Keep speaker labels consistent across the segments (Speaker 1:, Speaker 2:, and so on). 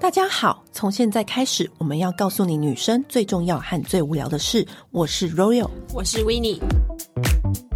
Speaker 1: 大家好，从现在开始，我们要告诉你女生最重要和最无聊的事。我是 Royal，
Speaker 2: 我是 w i n n i e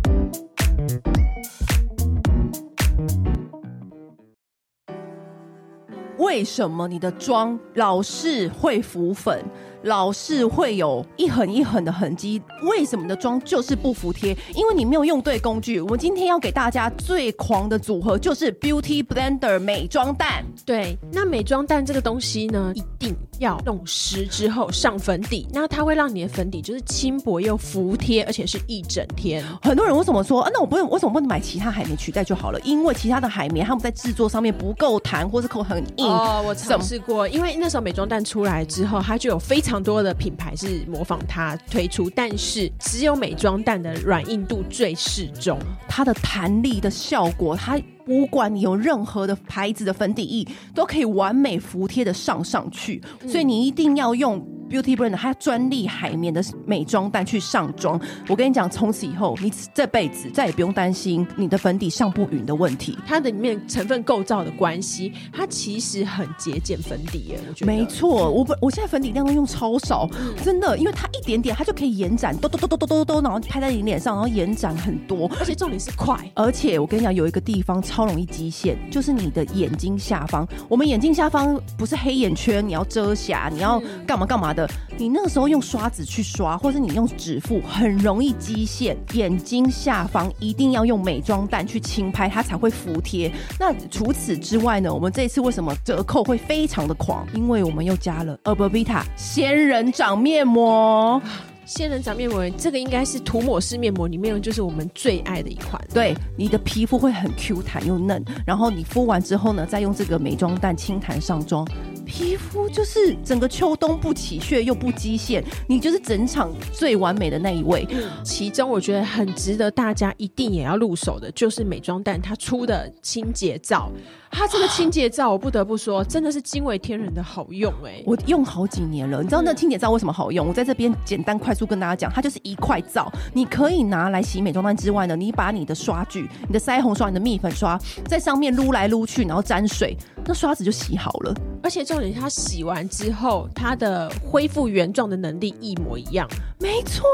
Speaker 1: 为什么你的妆老是会浮粉，老是会有一痕一痕的痕迹？为什么你的妆就是不服帖？因为你没有用对工具。我们今天要给大家最狂的组合就是 Beauty Blender 美妆蛋。
Speaker 2: 对，那美妆蛋这个东西呢，一定要弄湿之后上粉底，那它会让你的粉底就是轻薄又服帖，而且是一整天。
Speaker 1: 很多人为什么说啊？那我不用，为什么不能买其他海绵取代就好了？因为其他的海绵他们在制作上面不够弹，或是口很硬。
Speaker 2: 哦，我
Speaker 1: 怎
Speaker 2: 尝试过，因为那时候美妆蛋出来之后，它就有非常多的品牌是模仿它推出，但是只有美妆蛋的软硬度最适中。
Speaker 1: 它的弹力的效果，它不管你有任何的牌子的粉底液，都可以完美服帖的上上去。所以你一定要用 Beauty Blender 它专利海绵的美妆蛋去上妆。我跟你讲，从此以后，你这辈子再也不用担心你的粉底上不匀的问题。
Speaker 2: 它的里面成分构造的关系，它其实很节俭粉底耶，我觉得。
Speaker 1: 没错，我本我现在粉底量都用超少，真的，因为它一点点，它就可以延展，嘟嘟嘟嘟嘟嘟嘟，然后拍在你脸上，然后延展很多。
Speaker 2: 而且重点是快，
Speaker 1: 而且我跟你讲，有一个地方超容易极限，就是你的眼睛下方。我们眼睛下方不是黑眼圈，你要遮瑕，你要干嘛干嘛的。你那个时候用刷子去刷，或是你用指腹，很容易积线。眼睛下方一定要用美妆蛋去轻拍，它才会服帖。那除此之外呢，我们这一次为什么折扣会非常的狂？因为我们又加了 Urban Vita 仙人掌面膜。
Speaker 2: 仙人掌面膜这个应该是涂抹式面膜里面就是我们最爱的一款。
Speaker 1: 对，你的皮肤会很 Q 弹又嫩，然后你敷完之后呢，再用这个美妆蛋轻弹上妆，皮肤就是整个秋冬不起屑又不积线，你就是整场最完美的那一位。
Speaker 2: 其中我觉得很值得大家一定也要入手的，就是美妆蛋它出的清洁皂。它这个清洁皂，我不得不说，真的是惊为天人的好用哎、
Speaker 1: 我用好几年了，你知道那清洁皂为什么好用？我在这边简单快速跟大家讲，它就是一块皂，你可以拿来洗美妆蛋之外呢，你把你的刷具、你的腮红刷、你的蜜粉刷在上面撸来撸去，然后沾水，那刷子就洗好了。
Speaker 2: 而且重点是它洗完之后，它的恢复原状的能力一模一样，
Speaker 1: 没错，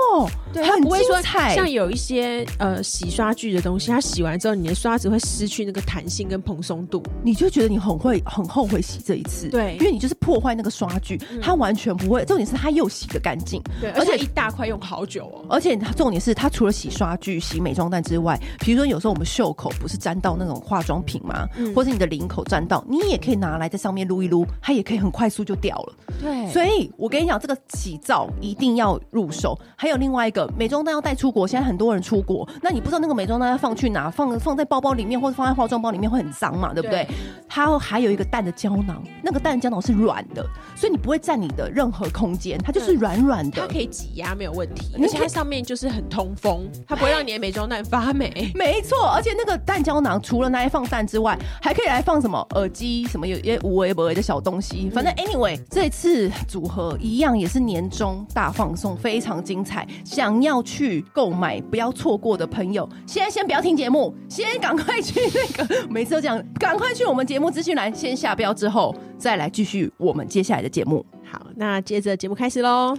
Speaker 2: 它
Speaker 1: 很
Speaker 2: 不会
Speaker 1: 精
Speaker 2: 说
Speaker 1: 彩。
Speaker 2: 像有一些呃洗刷具的东西，它洗完之后你的刷子会失去那个弹性跟蓬松度。
Speaker 1: 你就觉得你很会很后悔洗这一次，
Speaker 2: 对
Speaker 1: 因为你就是破坏那个刷具，它完全不会。重点是它又洗得干净，
Speaker 2: 对，
Speaker 1: 而
Speaker 2: 而
Speaker 1: 且
Speaker 2: 且一大块用好久哦。
Speaker 1: 而且它重点是它除了洗刷具、洗美妆蛋之外，比如说有时候我们袖口不是沾到那种化妆品吗？或是你的领口沾到，你也可以拿来在上面撸一撸，它也可以很快速就掉了。
Speaker 2: 对
Speaker 1: 所以我跟你讲，这个洗皂一定要入手。还有另外一个美妆蛋要带出国，现在很多人出国，那你不知道那个美妆蛋要放去哪，放放在包包里面或者放在化妆包里面会很脏嘛，对不对？
Speaker 2: 对
Speaker 1: 它还有一个蛋的胶囊，那个蛋的胶囊是软的，所以你不会占你的任何空间，它就是软软的。
Speaker 2: 它可以挤压没有问题，
Speaker 3: 嗯
Speaker 1: 你
Speaker 2: 而且
Speaker 1: 可
Speaker 2: 它上面就是很通风，它不会让你的美妆蛋发霉。
Speaker 1: 没错，而且那个蛋胶囊除了拿来放蛋之外，还可以来放什么耳机，什么有些无为不为的小东西。反正 anyway，这次组合一样也是年终大放送，非常精彩。想要去购买不要错过的朋友，现在先不要听节目，先赶快去那个，每次都这样，赶快去我们节目资讯栏先下标，之后再来继续我们接下来的节目。
Speaker 2: 好，那接着节目开始喽。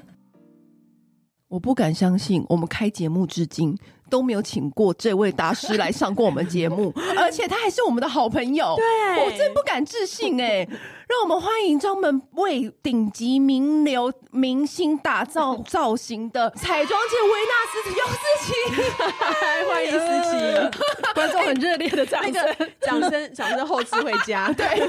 Speaker 1: 我不敢相信，我们开节目至今都没有请过这位大师来上过我们节 目，而且他还是我们的好朋友。
Speaker 2: 对
Speaker 1: 我真不敢置信 哎、让我们欢迎专门为顶级名流明星打造造型的彩妆界维纳斯刘思琪。
Speaker 2: 嗨，欢迎思琪，观众很热烈的掌声，呃掌声，掌声后置回 家。对，
Speaker 1: 对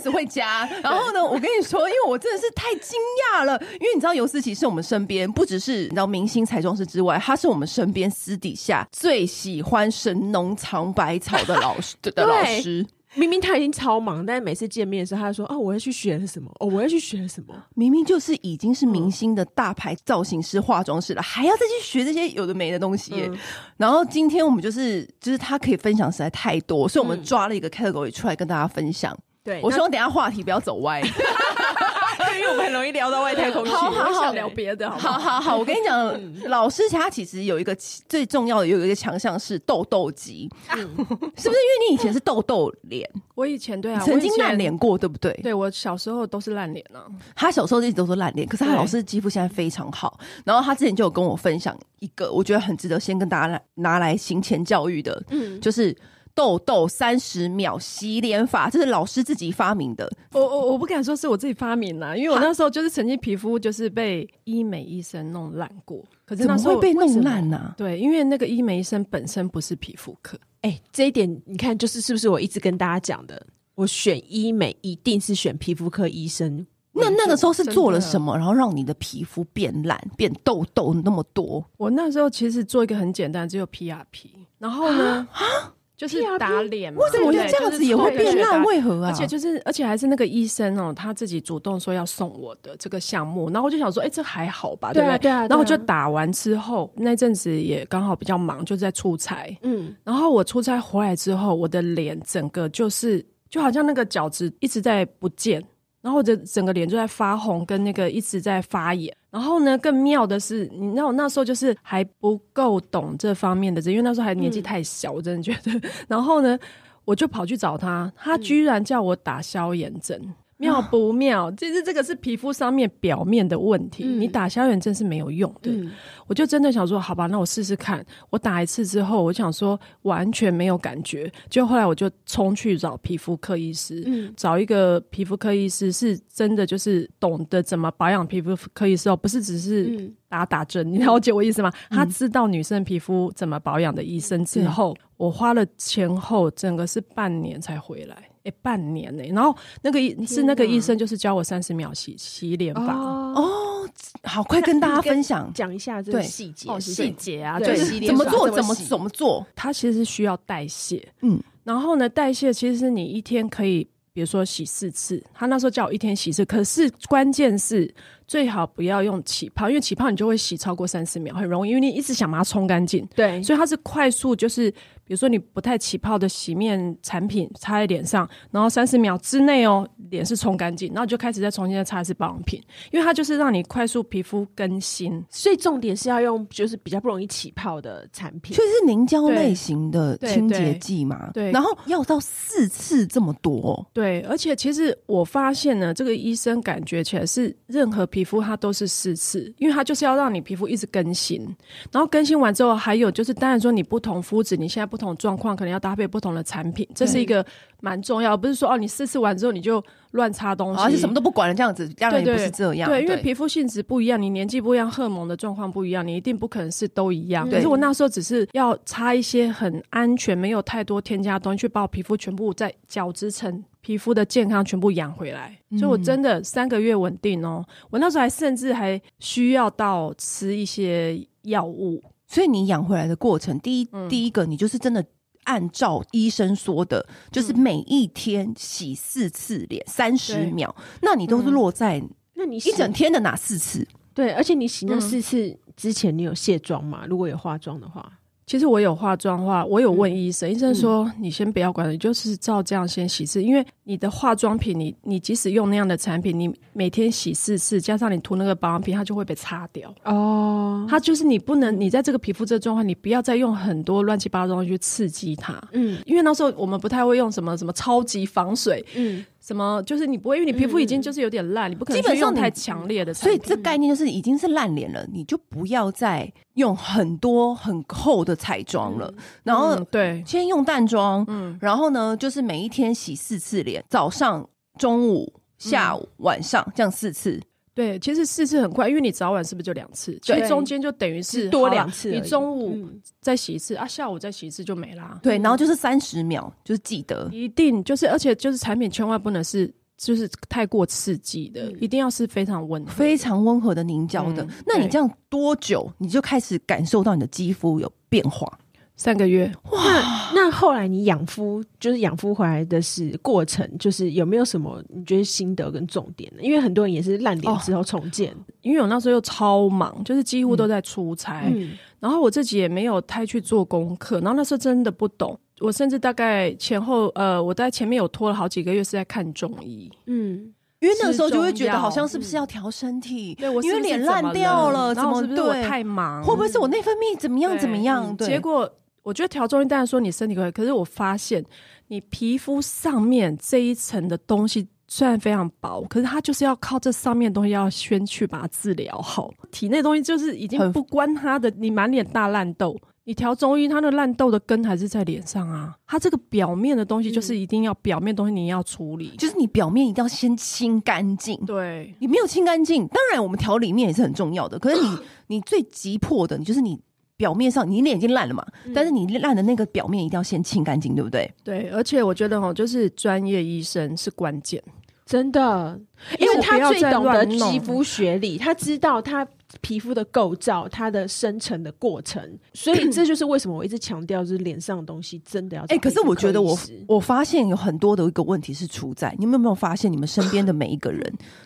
Speaker 1: ，Joyce 会加。然后呢，我跟你说，因为我真的是太惊讶了，因为你知道尤思琪是我们身边不只是你知道明星彩妆师之外，她是我们身边私底下最喜欢神农尝百草的老师的的老师。
Speaker 2: 明明他已经超忙，但是每次见面的时候，他就说：“哦，我要去学了什么？哦，我要去学了什 么
Speaker 1: 明明就是已经是明星的大牌造型师、化妆师了，还要再去学这些有的没的东西耶。然后今天我们就是就是他可以分享实在太多，所以我们抓了一个 category 出来跟大家分享。？”
Speaker 2: 对
Speaker 1: 我
Speaker 2: 我
Speaker 1: 希
Speaker 2: 说
Speaker 1: 望等一下话题不要走歪。
Speaker 2: 因为我们很容易聊到外太空去，
Speaker 1: 好好好
Speaker 2: 我想聊别的，好不
Speaker 1: 好
Speaker 2: 好？
Speaker 1: 好好，我跟你
Speaker 3: 嗯
Speaker 1: 讲，老师他其实有一个其最重要的有一个强项是痘痘肌，
Speaker 3: 嗯
Speaker 1: 是不是？因为你以前是痘痘脸，
Speaker 3: 我以前对啊，
Speaker 1: 曾经
Speaker 3: 我以前
Speaker 1: 烂，脸过，对不对？
Speaker 3: 对我小时候都是烂脸啊。
Speaker 1: 他小时候一直都说烂脸，可是他
Speaker 3: 对
Speaker 1: 老师肌肤现在非常好。然后他之前就有跟我分享一个，我觉得很值得先跟大家来拿来行前教育的，
Speaker 2: 嗯
Speaker 1: 就是痘痘三十秒洗脸法，这是老师自己发明的。
Speaker 3: 我我我不敢说是我自己发明啦，因为我那时候就是曾经皮肤就是被医美医生弄烂过，可是
Speaker 1: 怎
Speaker 3: 那
Speaker 1: 么
Speaker 3: 时候
Speaker 1: 会被弄
Speaker 3: 为什么？
Speaker 1: 烂啊呢、
Speaker 3: 对，因为那个医美医生本身不是皮肤科，
Speaker 2: 哎、这一点你看，就是是不是我一直跟大家讲的？我选医美一定是选皮肤科医生，
Speaker 1: 那那个时候是
Speaker 3: 真的
Speaker 1: 做了什么，然后让你的皮肤变烂、变痘痘那么多？
Speaker 3: 我那时候其实做一个很简单，只有 PRP，然后呢，
Speaker 1: 啊
Speaker 3: 就是打脸嘛，
Speaker 1: 为什么
Speaker 3: 对
Speaker 1: 就
Speaker 3: 不对
Speaker 1: 这样子也会变烂？？
Speaker 3: 就是
Speaker 1: 为何啊？
Speaker 3: 而且就是，而且还是那个医生哦，他自己主动说要送我的这个项目，然后我就想说，哎、这还好吧，
Speaker 2: 对
Speaker 3: 不
Speaker 2: 啊
Speaker 3: 对？
Speaker 2: 对啊对啊
Speaker 3: 然后我就打完之后，那阵子也刚好比较忙，就在出差。
Speaker 2: 嗯，
Speaker 3: 然后我出差回来之后，我的脸整个就是就好像那个角质一直在不见，然后我的整个脸就在发红，跟那个一直在发炎。然后呢，更妙的是，你知道我那时候就是还不够懂这方面的知识，因为那时候还
Speaker 2: 嗯
Speaker 3: 年纪太小，我真的觉得。然后呢，我就跑去找他，
Speaker 2: 嗯
Speaker 3: 他居然叫我打消炎针。妙不妙？其实这个是皮肤上面表面的问题，
Speaker 2: 嗯
Speaker 3: 你打消炎针是没有用的。
Speaker 2: 嗯
Speaker 3: 我就真的想说，好吧，那我试试看。我打一次之后，我想说完全没有感觉，就后来我就冲去找皮肤科医师，
Speaker 2: 嗯
Speaker 3: 找一个皮肤科医师是真的就是懂得怎么保养皮肤科医师哦，不是只是
Speaker 2: 嗯，
Speaker 3: 打打针，你了解我意思吗？他知道女生皮肤怎么保养的医生之后，我花了前后整个是半年才回来，诶，半年呢、然后那个医是那个医生就是教我三十秒洗洗脸法。
Speaker 2: 哦，
Speaker 1: 哦，好，快跟大家分 享
Speaker 2: 讲一下这
Speaker 1: 对
Speaker 2: 个细节，
Speaker 3: 哦，细节啊，
Speaker 2: 对
Speaker 3: 就
Speaker 1: 就是是
Speaker 2: 对
Speaker 1: 怎么做，
Speaker 2: 怎
Speaker 1: 怎
Speaker 2: 么
Speaker 1: 么
Speaker 2: 洗
Speaker 1: 怎么做。
Speaker 3: 它其实是需要代谢，
Speaker 1: 嗯
Speaker 3: 嗯，然后呢，代谢其实是你一天可以，比如说洗四次，他那时候叫我一天洗一次，可是关键是最好不要用起泡，因为起泡你就会洗超过三十秒，很容易，因为你一直想把它冲干净，
Speaker 2: 对，
Speaker 3: 所以它是快速，就是比如说你不太起泡的洗面产品擦在脸上，然后三十秒之内哦，脸是冲干净，然后你就开始再重新再擦一次保养品，因为它就是让你快速皮肤更新，
Speaker 2: 所以重点是要用就是比较不容易起泡的产品
Speaker 1: 所，以是凝胶
Speaker 3: 对
Speaker 1: 类型的
Speaker 3: 对
Speaker 1: 清洁
Speaker 3: 对
Speaker 1: 剂嘛？
Speaker 3: 对
Speaker 1: 然后要到四次这么多，
Speaker 3: 对，而且其实我发现呢，这个医生感觉起来是任何皮肤它都是四次，因为它就是要让你皮肤一直更新，然后更新完之后，还有就是当然说你不同肤质，你现在不同状况，可能要搭配不同的产品，这是一个蛮重要，不是说哦你四次完之后你就乱擦东西，
Speaker 1: 哦而且什么都不管了，这样子当然也不是这样。
Speaker 3: 对，因为皮肤性质不一样，你年纪不一样，荷尔蒙的状况不一样，你一定不可能是都一样。
Speaker 2: 对
Speaker 3: 可是我那时候只是要擦一些很安全、没有太多添加的东西，去把我皮肤全部在角质层。皮肤的健康全部养回来，所以我真的三个月稳定哦。我那时候还甚至还需要到吃一些药物，
Speaker 1: 所以你养回来的过程，第一、
Speaker 3: 嗯
Speaker 1: 第一个你就是真的按照医生说的，就是每一天洗四次脸三十
Speaker 3: 嗯对嗯
Speaker 1: 秒，那你都是落在
Speaker 2: 那你洗
Speaker 1: 一整天的哪四次？
Speaker 2: 对，而且你洗那
Speaker 3: 嗯
Speaker 2: 四次之前，你有卸妆吗？如果有化妆的话，
Speaker 3: 其实我有化妆的话，我
Speaker 1: 嗯
Speaker 3: 有问医生，医生说你先不要管，你就是照这样先洗一次，因为你的化妆品你，你即使用那样的产品，你每天洗四次，加上你涂那个保养品，它就会被擦掉。
Speaker 1: 嗯
Speaker 2: 哦，
Speaker 3: 它就是你不能，你在这个皮肤这个状况，你不要再用很多乱七八糟的东西去刺激它。
Speaker 2: 嗯
Speaker 3: 因为那时候我们不太会用什么什么超级防水，
Speaker 2: 嗯，
Speaker 3: 什么就是你不会，因为你皮肤已经就是有点烂，你不可能
Speaker 1: 嗯基本
Speaker 3: 去
Speaker 1: 上
Speaker 3: 用
Speaker 1: 你
Speaker 3: 太强烈的产
Speaker 1: 所以
Speaker 3: 品。啊
Speaker 1: 这概念就是已经是烂脸了，你就不要再用很多很厚的彩妆了，然后
Speaker 3: 嗯对，
Speaker 1: 先用淡妆，
Speaker 3: 嗯
Speaker 1: 然后呢就是每一天洗四次脸，早上、中午、下午、
Speaker 3: 嗯
Speaker 1: 晚上这样四次。
Speaker 3: 对，其实四次很快，因为你早晚是不是就两次？其
Speaker 1: 对
Speaker 3: 实中间就等于是
Speaker 2: 多
Speaker 3: 好啦
Speaker 2: 两次而已，
Speaker 3: 你中午
Speaker 2: 嗯
Speaker 3: 再洗一次、啊，下午再洗一次就没啦。
Speaker 1: 对，然后就是三十秒，就是记得。
Speaker 3: 一定就是，而且就是产品千万不能是就是太过刺激的，
Speaker 2: 嗯
Speaker 3: 一定要是非常温和。
Speaker 1: 非常温和的凝胶的。
Speaker 3: 嗯
Speaker 1: 那你
Speaker 3: 对
Speaker 1: 这样多久你就开始感受到你的肌肤有变化？
Speaker 3: 三个月，
Speaker 2: 那那后来你养肤，就是养肤回来的是过程，就是有没有什么你觉得心得跟重点呢？因为很多人也是烂脸之后重建，
Speaker 3: 因为我那时候又超忙，就是几乎都在出差，
Speaker 2: 嗯
Speaker 3: 然后我自己也没有太去做功课，然后那时候真的不懂。我甚至大概前后，呃，我在前面有拖了好几个月是在看中医，
Speaker 2: 嗯，
Speaker 1: 因为那个时候就会觉
Speaker 3: 吃中嗯
Speaker 1: 得
Speaker 3: 药
Speaker 1: 好像是不是要调身体？
Speaker 3: 对我是
Speaker 1: 因为
Speaker 3: 不是
Speaker 1: 脸
Speaker 3: 怎么
Speaker 1: 烂掉
Speaker 3: 了，
Speaker 1: 了，
Speaker 3: 然
Speaker 1: 怎
Speaker 3: 后
Speaker 1: 么
Speaker 3: 是不是
Speaker 1: 对
Speaker 3: 我太忙？
Speaker 1: 会不会是我内分泌怎么样
Speaker 3: 对
Speaker 1: 怎么样？
Speaker 3: 嗯
Speaker 1: 对，
Speaker 3: 结果我觉得调中医当然说你身体可以，可是我发现你皮肤上面这一层的东西。虽然非常薄，可是它就是要靠这上面的东西要先去把它治疗好。体内的东西就是已经
Speaker 1: 很
Speaker 3: 不关它的，你满脸大烂痘，你调中医，它的烂痘的根还是在脸上啊。它这个表面的东西就是一定要表面东西你要处理，
Speaker 1: 就是你表面一定要先清干净。
Speaker 3: 对
Speaker 1: 你没有清干净，当然我们调里面也是很重要的。可是你你最急迫的，你就是你表面上你脸已经烂了嘛，但是你烂的那个表面一定要先清干净，对不对？
Speaker 3: 对。而且我觉得哈，就是专业医生是关键。
Speaker 2: 真的，因
Speaker 3: 因为
Speaker 2: 为
Speaker 3: 我不
Speaker 2: 他
Speaker 3: 要
Speaker 2: 最
Speaker 3: 再
Speaker 2: 懂得
Speaker 3: 乱弄
Speaker 2: 肌肤学理，他知道他皮肤的构造、它的生成的过程，所以这就是为什么我一直强调，就是脸上的东西真的要找
Speaker 1: 哎、可是
Speaker 2: 皮肤
Speaker 1: 我
Speaker 2: 科
Speaker 1: 觉得
Speaker 2: 医
Speaker 1: 我
Speaker 2: 师
Speaker 1: 我发现有很多的一个问题是出在你们有没有发现，你们身边的每一个人，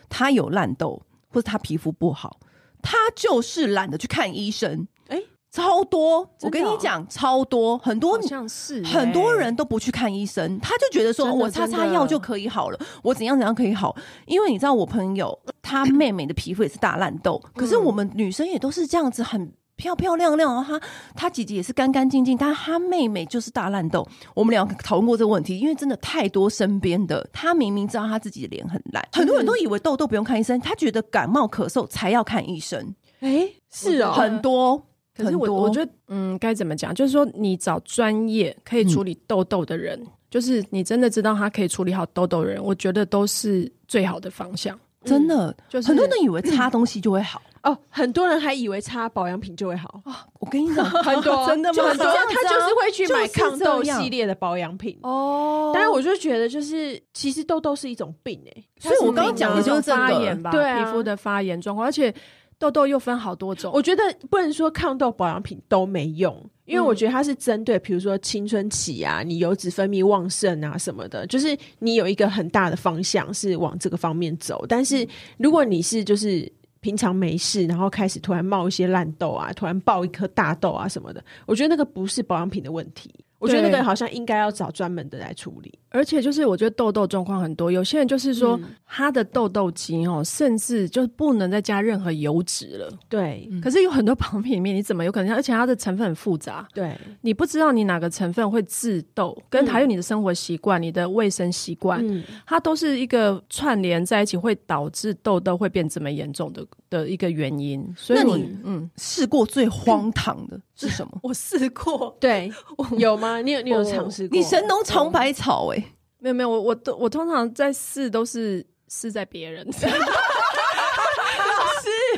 Speaker 1: 他有烂痘或者他皮肤不好，他就是懒得去看医生。
Speaker 2: 哎
Speaker 1: 超多，
Speaker 2: 真的哦
Speaker 1: 我跟你讲，超多，很多
Speaker 3: 好像是欸
Speaker 1: 很多人都不去看医生，他就觉得说哦
Speaker 2: 真的
Speaker 1: 我擦擦
Speaker 2: 真的
Speaker 1: 药就可以好了，我怎样怎样可以好。因为你知道，我朋友她妹妹的皮肤也是大烂痘，
Speaker 3: 嗯
Speaker 1: 可是我们女生也都是这样子很。漂漂亮亮，啊然后她她姐姐也是干干净净，但她妹妹就是大烂痘。我们俩讨论过这个问题，因为真的太多身边的，她明明知道她自己的脸很烂，很多人都以为痘痘不用看医生，她觉得感冒咳嗽才要看医生，
Speaker 2: 哎是哦，
Speaker 1: 很多。
Speaker 3: 可是
Speaker 1: 很
Speaker 3: 我
Speaker 1: 多
Speaker 3: 我觉得，嗯，该怎么讲？就是说，你找专业可以处理痘痘的人，就是你真的知道他可以处理好痘痘的人，我觉得都是最好的方向。
Speaker 1: 真的，
Speaker 3: 嗯就是
Speaker 1: 很多人以为擦东西就会好。
Speaker 2: 哦，很多人还以为擦保养品就会好，
Speaker 1: 我跟你讲，
Speaker 2: 很多
Speaker 1: 真的吗？
Speaker 2: 很多
Speaker 1: 这样子
Speaker 2: 他
Speaker 1: 啊
Speaker 2: 就是会去买
Speaker 1: 就是
Speaker 2: 抗痘
Speaker 1: 这样
Speaker 2: 系列的保养品。
Speaker 3: 哦
Speaker 2: 当然，我就觉得就是其实痘痘是一种病哎、
Speaker 1: 所以我刚刚讲的就是这
Speaker 3: 发
Speaker 1: 个
Speaker 3: 炎吧，
Speaker 2: 对啊
Speaker 3: 皮肤的发炎状况，而且痘痘又分好多种。
Speaker 2: 我觉得不能说抗痘保养品都没用，因为我觉得它是针对，比如说青春期啊，你油脂分泌旺盛啊什么的，就是你有一个很大的方向是往这个方面走。但是如果你是就是平常没事，然后开始突然冒一些烂痘啊，突然爆一颗大痘啊什么的，我觉得那个不是保养品的问题，我觉得那
Speaker 3: 对
Speaker 2: 个好像应该要找专门的来处理。
Speaker 3: 而且就是我觉得痘痘状况很多，有些人就是说、他的痘痘肌哦，甚至就是不能再加任何油脂了。
Speaker 2: 对、
Speaker 3: 可是有很多 保养品里面，你怎么有可能？而且它的成分很复杂，
Speaker 2: 对，
Speaker 3: 你不知道你哪个成分会致痘，跟还有你的生活习惯、你的卫生习惯，
Speaker 2: 嗯，
Speaker 3: 它都是一个串联在一起，会导致痘痘会变这么严重的的一个原因。所以
Speaker 1: 那
Speaker 3: 我
Speaker 1: 你嗯，试过最荒唐的是什么？
Speaker 3: 我试过，
Speaker 2: 对， 有吗？你有你有
Speaker 3: 我
Speaker 2: 尝试 过？
Speaker 1: 你神农尝百草哎、欸，
Speaker 3: 没有没有，我我都我通常在试都是试在别 人，
Speaker 2: 啊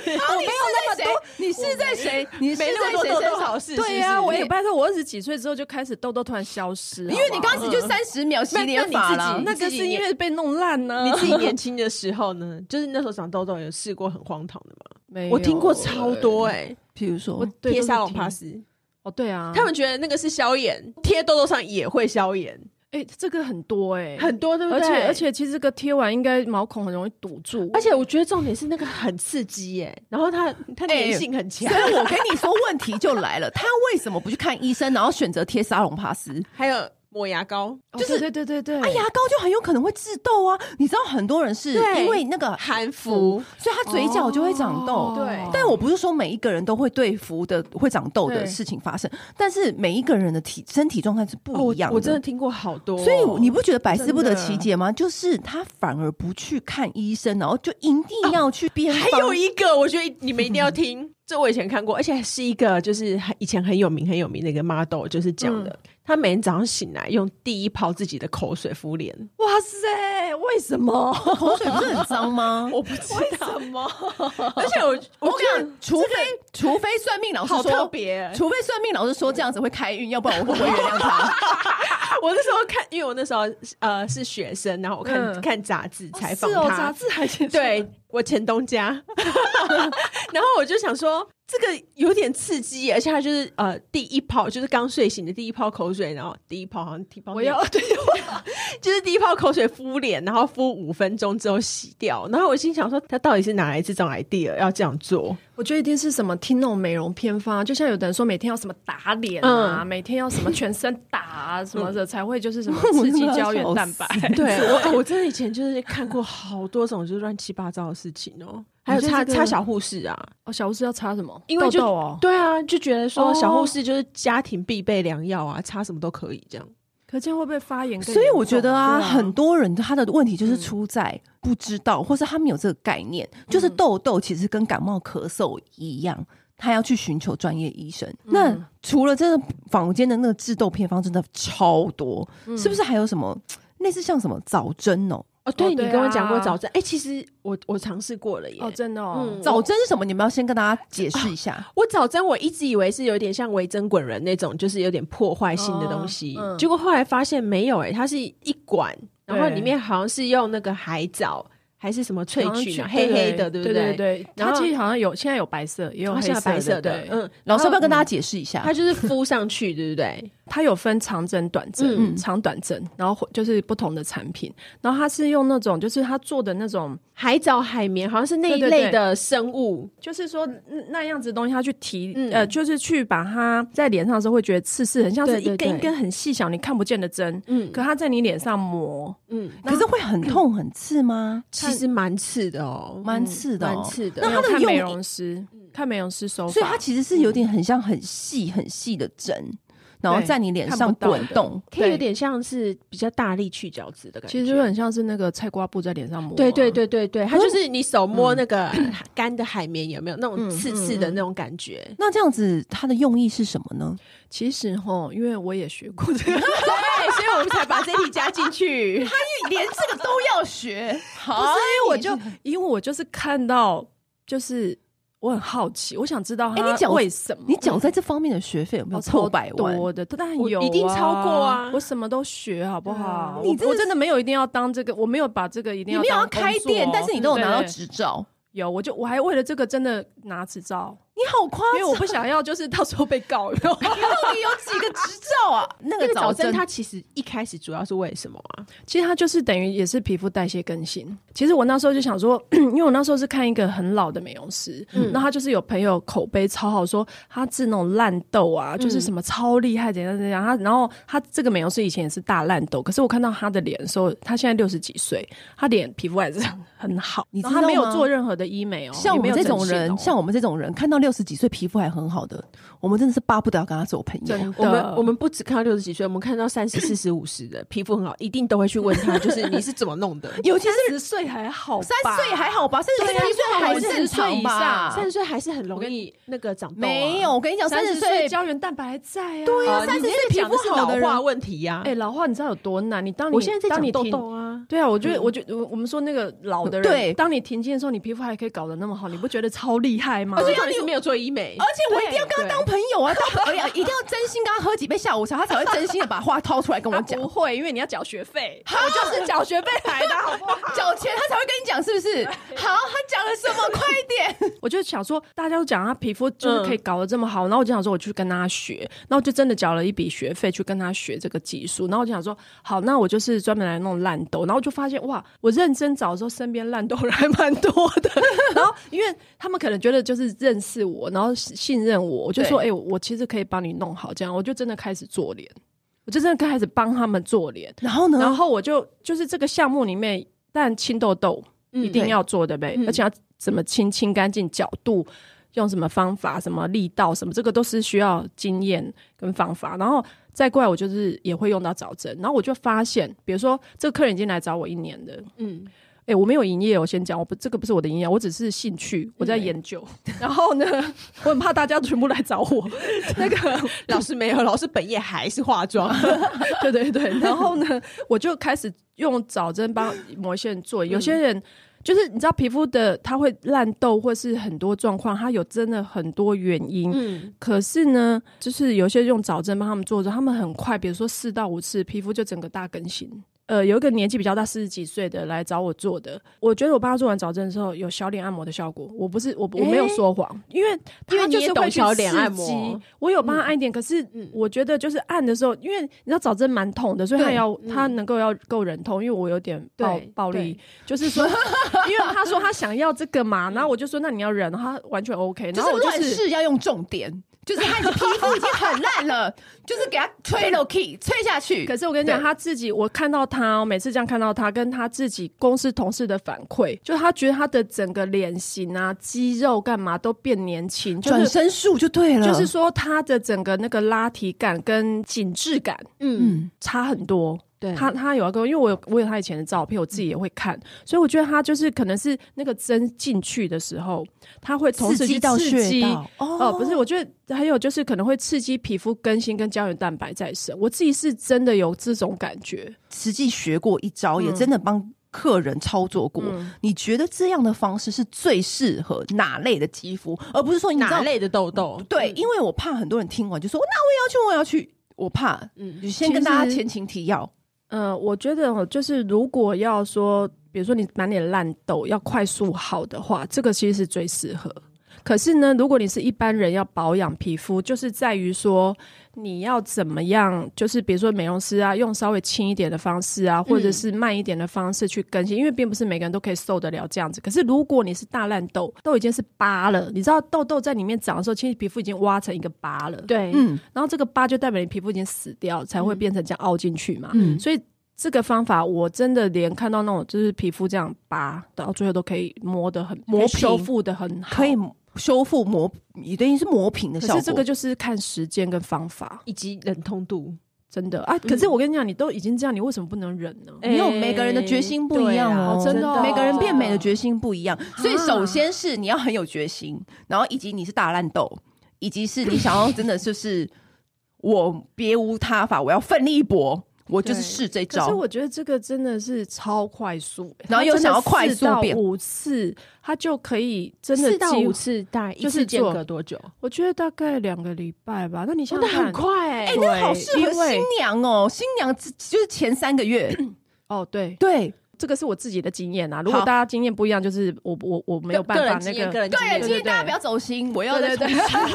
Speaker 1: 我哦没有那么多，你是在谁？你是
Speaker 2: 没那
Speaker 1: 在
Speaker 2: 么多
Speaker 1: 谁
Speaker 2: 痘
Speaker 1: 身
Speaker 2: 痘
Speaker 1: 上？
Speaker 2: 好事，
Speaker 3: 对
Speaker 2: 是
Speaker 3: 呀、
Speaker 2: 不是
Speaker 3: 我也拜托，我二十几岁之后就开始痘痘突然消失，
Speaker 1: 因为你
Speaker 3: 好不好
Speaker 1: 刚刚只就三十秒洗脸法啦
Speaker 2: 嗯
Speaker 3: 那个
Speaker 2: 自己
Speaker 3: 是因为被弄烂啊呢、
Speaker 2: 你自己年轻的时候呢，就是那时候长痘痘有试过很荒唐的吗？
Speaker 3: 没有
Speaker 2: 我听过超多
Speaker 3: 欸
Speaker 2: 哎、
Speaker 1: 比如说
Speaker 3: 我对
Speaker 2: 贴
Speaker 3: 都是
Speaker 2: 沙龙
Speaker 3: 听
Speaker 2: 帕斯，
Speaker 3: 哦，对啊，
Speaker 2: 他们觉得那个是消炎，贴痘痘上也会消炎，
Speaker 3: 哎、这个很多哎、
Speaker 2: 很多对不
Speaker 3: 而
Speaker 2: 对？哎
Speaker 3: 且而且，其实这个贴完应该毛孔很容易堵住，
Speaker 2: 而且我觉得重点是那个很刺激耶、然后它它粘性很强，
Speaker 1: 所以我跟你说，问题就来了，他为什么不去看医生，然后选择贴沙龙帕斯？
Speaker 2: 还有抹牙 膏
Speaker 3: 哦
Speaker 1: 就是
Speaker 3: 对对对对对，
Speaker 1: 啊，
Speaker 2: 哎
Speaker 1: 牙膏就很有可能会致痘啊！你知道很多人是
Speaker 2: 对
Speaker 1: 因为那个
Speaker 2: 含服，
Speaker 1: 所以他嘴角就会长痘。
Speaker 3: 哦
Speaker 2: 对
Speaker 1: 但我不是说每一个人都会对服的会长痘的
Speaker 3: 对
Speaker 1: 事情发生，但是每一个人的体身体状态是
Speaker 2: 哦
Speaker 1: 不
Speaker 2: 我
Speaker 1: 一样的。
Speaker 2: 我真的听过好多哦、
Speaker 1: 所以你不觉得百思不得
Speaker 3: 真的
Speaker 1: 其解吗？就是他反而不去看医生，然后就一
Speaker 3: 啊
Speaker 1: 定要去边
Speaker 2: 还
Speaker 1: 防
Speaker 2: 有一个，我觉得你们一定要听，这我以前看过，而且是一个就是很以前很有名很有名的一个 model，就是讲的，他每天早上醒来用第一泡自己的口水敷脸，
Speaker 3: 哇塞，为什么？
Speaker 1: 口水不是很脏吗？
Speaker 2: 我不知道什么，而且我我
Speaker 1: 我跟你讲，除非除非算命老师
Speaker 2: 好特
Speaker 1: 说，
Speaker 2: 别，
Speaker 1: 除非算命老师说这样子会开运，要不然我会不会原谅他？
Speaker 2: 我那时候看，因为我那时候呃是学生，然后我看、
Speaker 3: 嗯
Speaker 2: 看杂志采访
Speaker 3: 是哦，
Speaker 2: 他，
Speaker 3: 杂志还写
Speaker 2: 对，我前东家， 然后我就想说这个有点刺激耶，而且他就是呃第一泡就是刚睡醒的第一泡口水，然后第一泡好像第一泡
Speaker 3: 我要
Speaker 2: 对，就是第一泡口水敷脸，然后敷五分钟之后洗掉，然后我心想说他到底是哪来这种 idea 要这样做？
Speaker 3: 我觉得一定是什么听那种美容偏方啊，就像有的人说每天要什么打脸啊，
Speaker 2: 嗯
Speaker 3: 每天要什么全身打啊什么的，才会就是 什么刺激胶原蛋白。
Speaker 2: 对我我真的以前就是看过好多种就是乱七八糟的事情哦，还有
Speaker 3: 你说
Speaker 2: 擦
Speaker 3: 这个
Speaker 2: 擦小护士啊，
Speaker 3: 哦，小护士要擦什么？
Speaker 2: 因为就
Speaker 3: 痘痘哦，
Speaker 2: 对啊，就觉得说小护
Speaker 3: 哦
Speaker 2: 士就是家庭必备良药啊，擦什么都可以这样。
Speaker 3: 可见会不会发炎更严重？
Speaker 1: 所以我觉得啊，
Speaker 3: 对
Speaker 1: 很多人他的问题就是出在不知道，或是他没有这个概念，就是痘痘其实跟感冒、咳嗽一样。他要去寻求专业医生。那除了这个坊间的那个治痘偏方，真的超多，是不是还有什么类似像什么早针哦？
Speaker 2: 哦，对
Speaker 3: 哦
Speaker 2: 你
Speaker 3: 对
Speaker 2: 跟我讲过
Speaker 3: 啊
Speaker 2: 早针，哎、其实我我尝试过了耶。
Speaker 3: 哦，真的哦，
Speaker 2: 嗯
Speaker 1: 早针是什么？你们要先跟大家解释一下。
Speaker 2: 我早针我一直以为是有点像微针滚轮那种，就是有点破坏性的东西，
Speaker 3: 哦嗯
Speaker 2: 结果后来发现没有哎、它是一管，然后
Speaker 3: 对
Speaker 2: 里面好像是用那个海藻还是什么萃
Speaker 3: 好像
Speaker 2: 取
Speaker 3: 去
Speaker 2: 啊，黑黑的，
Speaker 3: 对
Speaker 2: 不
Speaker 3: 对？对，
Speaker 2: 然后哦
Speaker 3: 它其实好像有现在有白色，也有
Speaker 2: 好
Speaker 3: 黑
Speaker 2: 像
Speaker 3: 色
Speaker 2: 白色
Speaker 3: 的，对
Speaker 2: 嗯，
Speaker 1: 老师要不要跟大家
Speaker 2: 家？
Speaker 1: 解释一下
Speaker 2: 它？就是敷上去，对不对？
Speaker 3: 它有分长针、短针、
Speaker 1: 嗯
Speaker 3: 长短针，然后或就是不同的产品，然后它是用那种就是它做的那种，
Speaker 2: 海藻、海绵好像是那一
Speaker 3: 对对
Speaker 2: 类
Speaker 3: 对
Speaker 2: 的生物，
Speaker 3: 就是说嗯那样子的东西，它去提、
Speaker 2: 嗯
Speaker 3: 呃，就是去把它在脸上的时候会觉得刺刺，很像是
Speaker 2: 对对
Speaker 3: 一根
Speaker 2: 对
Speaker 3: 一根很细小你看不见的针，
Speaker 2: 嗯
Speaker 3: 可它在你脸上磨，
Speaker 2: 嗯，
Speaker 1: 可是会很痛很刺吗？
Speaker 2: 其实蛮刺的哦，
Speaker 1: 蛮刺的哦，
Speaker 2: 蛮刺的
Speaker 1: 那它
Speaker 3: 要
Speaker 1: 的
Speaker 3: 看
Speaker 1: 用
Speaker 3: 美
Speaker 1: 意
Speaker 3: 容师，看美容师手法，
Speaker 1: 所以它其实是有点很像很细很细的针，然后在你脸上滚动。
Speaker 2: 可以有
Speaker 3: 对
Speaker 2: 点像是比较大力去角质的感觉。
Speaker 3: 其实就很像是那个菜瓜布在脸上磨、啊
Speaker 2: 对对。对对对，它就是你手摸那个 干的海绵，有没有那种刺刺的那种感觉？
Speaker 1: 那这样子，它的用意是什么呢？
Speaker 3: 其实哈，因为我也学过 这
Speaker 2: 对，
Speaker 3: 个，
Speaker 2: 所以我们才把这题加进去。
Speaker 1: 连这个都要学，
Speaker 3: 不
Speaker 1: 好
Speaker 3: 是因为我就 因为我就是看到，就是我很好奇，我想知道
Speaker 1: 哎你
Speaker 3: 他
Speaker 1: 讲
Speaker 3: 为什么
Speaker 1: 你缴在这方面的学费有没有
Speaker 3: 哦
Speaker 1: 破
Speaker 3: 超
Speaker 1: 百万？
Speaker 3: 多的，当然
Speaker 2: 我
Speaker 3: 有、啊，
Speaker 2: 一定超过啊
Speaker 3: 我什么都学，好不好？
Speaker 1: 对啊你
Speaker 3: 我
Speaker 1: 真的
Speaker 3: 我
Speaker 1: 是
Speaker 3: 真的没有一定要当这个，我没有把这个一定
Speaker 1: 你
Speaker 3: 要
Speaker 1: 没有要
Speaker 3: 当工作哦、
Speaker 1: 开店，但是你都有拿到
Speaker 3: 对对对
Speaker 1: 执照，
Speaker 3: 有，我就我还为了这个真的拿执照，
Speaker 1: 你好夸
Speaker 3: 因
Speaker 1: 张！
Speaker 3: 为我不想要就是到时候被告，有没有
Speaker 1: 你到底有几个执照啊？ 那
Speaker 2: 那
Speaker 1: 个
Speaker 2: 个早针
Speaker 1: 针
Speaker 2: 它其实一开始主要是为什么啊？
Speaker 3: 其实它就是等于也是皮肤代谢更新。其实我那时候就想说， 因为我那时候是看一个很老的美容师，
Speaker 1: 嗯
Speaker 3: 那他就是有朋友口碑超好，说他治那种烂痘
Speaker 1: 嗯
Speaker 3: 啊，就是什么超厉害，怎样怎样。他然后他这个美容师以前也是大烂痘，可是我看到他的脸的时候，他现在六十几岁，他脸皮肤还是很好，
Speaker 1: 你知
Speaker 3: 然
Speaker 1: 道
Speaker 3: 后他没有
Speaker 1: 吗
Speaker 3: 做任何的医美哦，
Speaker 1: 像我
Speaker 3: 也没
Speaker 1: 们
Speaker 3: 有
Speaker 1: 这种
Speaker 3: 整形
Speaker 1: 人，
Speaker 3: 哦
Speaker 1: 像我们这种人，看到六十几岁皮肤还很好的，我们真的是巴不得要跟他做朋友。
Speaker 3: 真的
Speaker 2: 我们我们不只看到六十几岁，我们看到三十、四十、五十 的皮肤很好，一定都会去问他，就是你是怎么弄的？
Speaker 1: 尤其
Speaker 3: 十岁还好吧，
Speaker 1: 三岁还好吧，三十
Speaker 2: 对啊
Speaker 1: 一岁还是很
Speaker 3: 30岁
Speaker 1: 长
Speaker 3: 以
Speaker 1: 吧，
Speaker 3: 上
Speaker 2: 三十岁还是很容易那个长痘、啊，
Speaker 1: 没有，我跟你讲，三
Speaker 3: 三
Speaker 1: 十
Speaker 3: 十
Speaker 1: 岁
Speaker 3: 岁胶原蛋白还在啊，
Speaker 1: 对啊
Speaker 2: 哦，
Speaker 1: 30
Speaker 2: 你这
Speaker 1: 岁
Speaker 2: 是
Speaker 1: 皮
Speaker 2: 讲的
Speaker 1: 肤
Speaker 2: 是
Speaker 1: 好
Speaker 2: 老
Speaker 1: 的人
Speaker 2: 化问题呀、
Speaker 3: 哎、老化你知道有多难？你当你
Speaker 2: 我现在在
Speaker 3: 当
Speaker 2: 长
Speaker 3: 你
Speaker 2: 痘
Speaker 3: 停
Speaker 2: 痘啊，
Speaker 3: 对啊，我觉得，我觉得我我们说那个老的人，
Speaker 1: 对
Speaker 3: 当你停经的时候，你皮肤还可以搞得那么好，你不觉得超厉害吗？
Speaker 2: 重点是没有做医美，
Speaker 1: 而且我一定要跟他
Speaker 2: 对
Speaker 1: 当朋友啊，当朋友 一定要真心跟他喝几杯下午茶，他才会真心的把话掏出来跟我
Speaker 3: 他
Speaker 1: 讲
Speaker 3: 啊不，会，因为你要缴学费，我就是缴学费来的，好不好？
Speaker 1: 缴钱他才会跟你讲是不是？好，他讲了什么？快点！
Speaker 3: 我就想说，大家都讲他皮肤就是可以搞得这么好，然后我就想说，我去跟他学，然后我就真的缴了一笔学费去跟他学这个技术，然后我就想说，好，那我就是专门来弄烂痘，然后我就发现哇，我认真找的时候，身边烂痘人还蛮多的，然后因为他们可能觉得就是认识我，然后信任我，我就说，哎、
Speaker 1: 对
Speaker 3: 我我其实可以帮你弄好，这样，我就真的开始做脸，我就真的开始帮他们做脸，
Speaker 1: 然后呢？
Speaker 3: 然后我就就是这个项目里面，但清痘痘一
Speaker 2: 嗯
Speaker 3: 定要做的呗，而且要怎么清清干净，角度用什么方法，什么力道，什么这个都是需要经验跟方法。然后再过来，我就是也会用到早针。然后我就发现，比如说这个客人已经来找我一年的，
Speaker 2: 嗯，
Speaker 3: 哎、我没有营业，我先讲，我不这个不是我的营业，我只是兴趣，我在研究。 然后呢，我很怕大家全部来找我，那个
Speaker 2: 老师没有，老师本业还是化妆。
Speaker 3: 对对对，然后呢，我就开始用早针帮某一些人做。有些人就是你知道，皮肤的它会烂痘，或是很多状况，它有真的很多原因。
Speaker 2: 嗯，
Speaker 3: 可是呢，就是有些用早针帮他们做的时候，他们很快，比如说四到五次，皮肤就整个大更新。呃，有一个年纪比较大，四十几岁的来找我做的，我觉得我帮他做完矫正之后，有小脸按摩的效果。我不是我我没有说谎，因为
Speaker 2: 因为
Speaker 3: 他
Speaker 2: 你
Speaker 3: 就
Speaker 2: 也
Speaker 3: 是
Speaker 2: 懂
Speaker 3: 会去
Speaker 2: 小脸
Speaker 3: 刺
Speaker 2: 按摩
Speaker 3: 激我有帮他按一点，可是
Speaker 2: 嗯
Speaker 3: 我觉得就是按的时候，因为你知道矫正蛮痛的，所以他
Speaker 2: 对
Speaker 3: 要
Speaker 2: 嗯
Speaker 3: 他能够要够忍痛，因为我有点暴
Speaker 2: 对
Speaker 3: 暴力，就是说，因为他说他想要这个嘛，然后我就说那你要忍，他完全 OK，
Speaker 1: 就是
Speaker 3: 然后我就
Speaker 1: 乱
Speaker 3: 是。
Speaker 1: 世要用重点，就是他的皮肤已经很烂了， 就是给他吹 low key 吹下去。
Speaker 3: 可是我跟你讲，
Speaker 1: 对
Speaker 3: 他自己，我看到他、哦、每次这样看到他，跟他自己公司同事的反馈，就他觉得他的整个脸型啊、肌肉干嘛都变年轻，就
Speaker 1: 转
Speaker 3: 是
Speaker 1: 身术就对了，
Speaker 3: 就是说他的整个那个拉提感跟紧致感
Speaker 2: 嗯，
Speaker 1: 嗯，
Speaker 3: 差很多。
Speaker 2: 对，
Speaker 3: 他他有要跟我，因为我有我有他以前的照片，我自己也会看，所以我觉得他就是可能是那个针进去的时候，他会同时
Speaker 1: 刺
Speaker 3: 去
Speaker 1: 激到
Speaker 3: 刺
Speaker 1: 穴
Speaker 3: 激
Speaker 1: 道
Speaker 3: 哦、不是，我觉得还有就是可能会刺激皮肤更新跟胶原蛋白再生。我自己是真的有这种感觉，
Speaker 1: 实际学过一招，也真的帮客人操作过。你觉得这样的方式是最适合哪类的肌肤，而不是说你知
Speaker 2: 哪
Speaker 1: 道
Speaker 2: 类的痘痘？嗯
Speaker 1: 对，
Speaker 3: 嗯
Speaker 1: 因为我怕很多人听完就说哦那我也要去，我也要去，我怕。
Speaker 2: 嗯
Speaker 1: 你先跟大家
Speaker 3: 其实
Speaker 1: 前情提要，
Speaker 3: 呃，我觉得哦，就是如果要说，比如说你满脸烂痘要快速好的话，这个其实是最适合。可是呢，如果你是一般人要保养皮肤，就是在于说你要怎么样，就是比如说美容师啊，用稍微轻一点的方式啊，或者是慢一点的方式去更新，因为并不是每个人都可以受得了这样子。可是如果你是大烂痘，都已经是疤了，你知道痘痘在里面长的时候，其实皮肤已经挖成一个疤了，
Speaker 2: 对，
Speaker 1: 嗯
Speaker 3: 然后这个疤就代表你皮肤已经死掉，才会变成这样凹进去嘛。
Speaker 1: 嗯，
Speaker 3: 所以这个方法，我真的连看到那种就是皮肤这样拔，到最后都可以磨得很
Speaker 1: 磨平
Speaker 3: 修复的很好。
Speaker 1: 可以修复磨，你等于是磨平的
Speaker 3: 可
Speaker 1: 效果。
Speaker 3: 是这个就是看时间跟方法，
Speaker 2: 以及忍痛度，
Speaker 3: 真的
Speaker 1: 嗯
Speaker 3: 啊。可是我跟你讲，你都已经这样，你为什么不能忍呢？
Speaker 1: 没有每个人的决心不一样哦
Speaker 2: 对啊
Speaker 3: 哎真的哦
Speaker 1: 每个人变美的决心不一样，所
Speaker 3: 啊
Speaker 1: 以首先是你要很有决心，然后以及你是大烂豆，以及是你想要真的就是我别无他法，我要奋力一搏，我就是试这
Speaker 3: 可
Speaker 1: 招
Speaker 3: 是。我觉得这个真的是超快速，
Speaker 1: 然后又想要快速
Speaker 3: 它真的四
Speaker 1: 变
Speaker 3: 到五次，它就可以真的
Speaker 2: 四到
Speaker 3: 几
Speaker 2: 五
Speaker 3: 乎，
Speaker 2: 次大概一
Speaker 3: 就是
Speaker 2: 次间
Speaker 3: 做
Speaker 2: 隔多久？
Speaker 3: 我觉得大概两个礼拜吧。那你想
Speaker 2: 真
Speaker 3: 想
Speaker 2: 的很
Speaker 3: 看，
Speaker 2: 快
Speaker 1: 哎、
Speaker 2: 哎，
Speaker 1: 那好适合
Speaker 3: 因为
Speaker 1: 新娘哦，新娘只就是前三个月，
Speaker 3: 哦，对，
Speaker 1: 对
Speaker 3: 这个是我自己的经验啊。如果
Speaker 1: 好
Speaker 3: 大家经验不一样，就是我我我没有办
Speaker 2: 个
Speaker 3: 法
Speaker 2: 人
Speaker 3: 那
Speaker 2: 经验
Speaker 3: 个
Speaker 2: 个人经
Speaker 1: 对，
Speaker 2: 验
Speaker 1: 建
Speaker 3: 对
Speaker 1: 议大家不要走心，我要
Speaker 3: 对
Speaker 1: 再重
Speaker 3: 对对
Speaker 1: 新，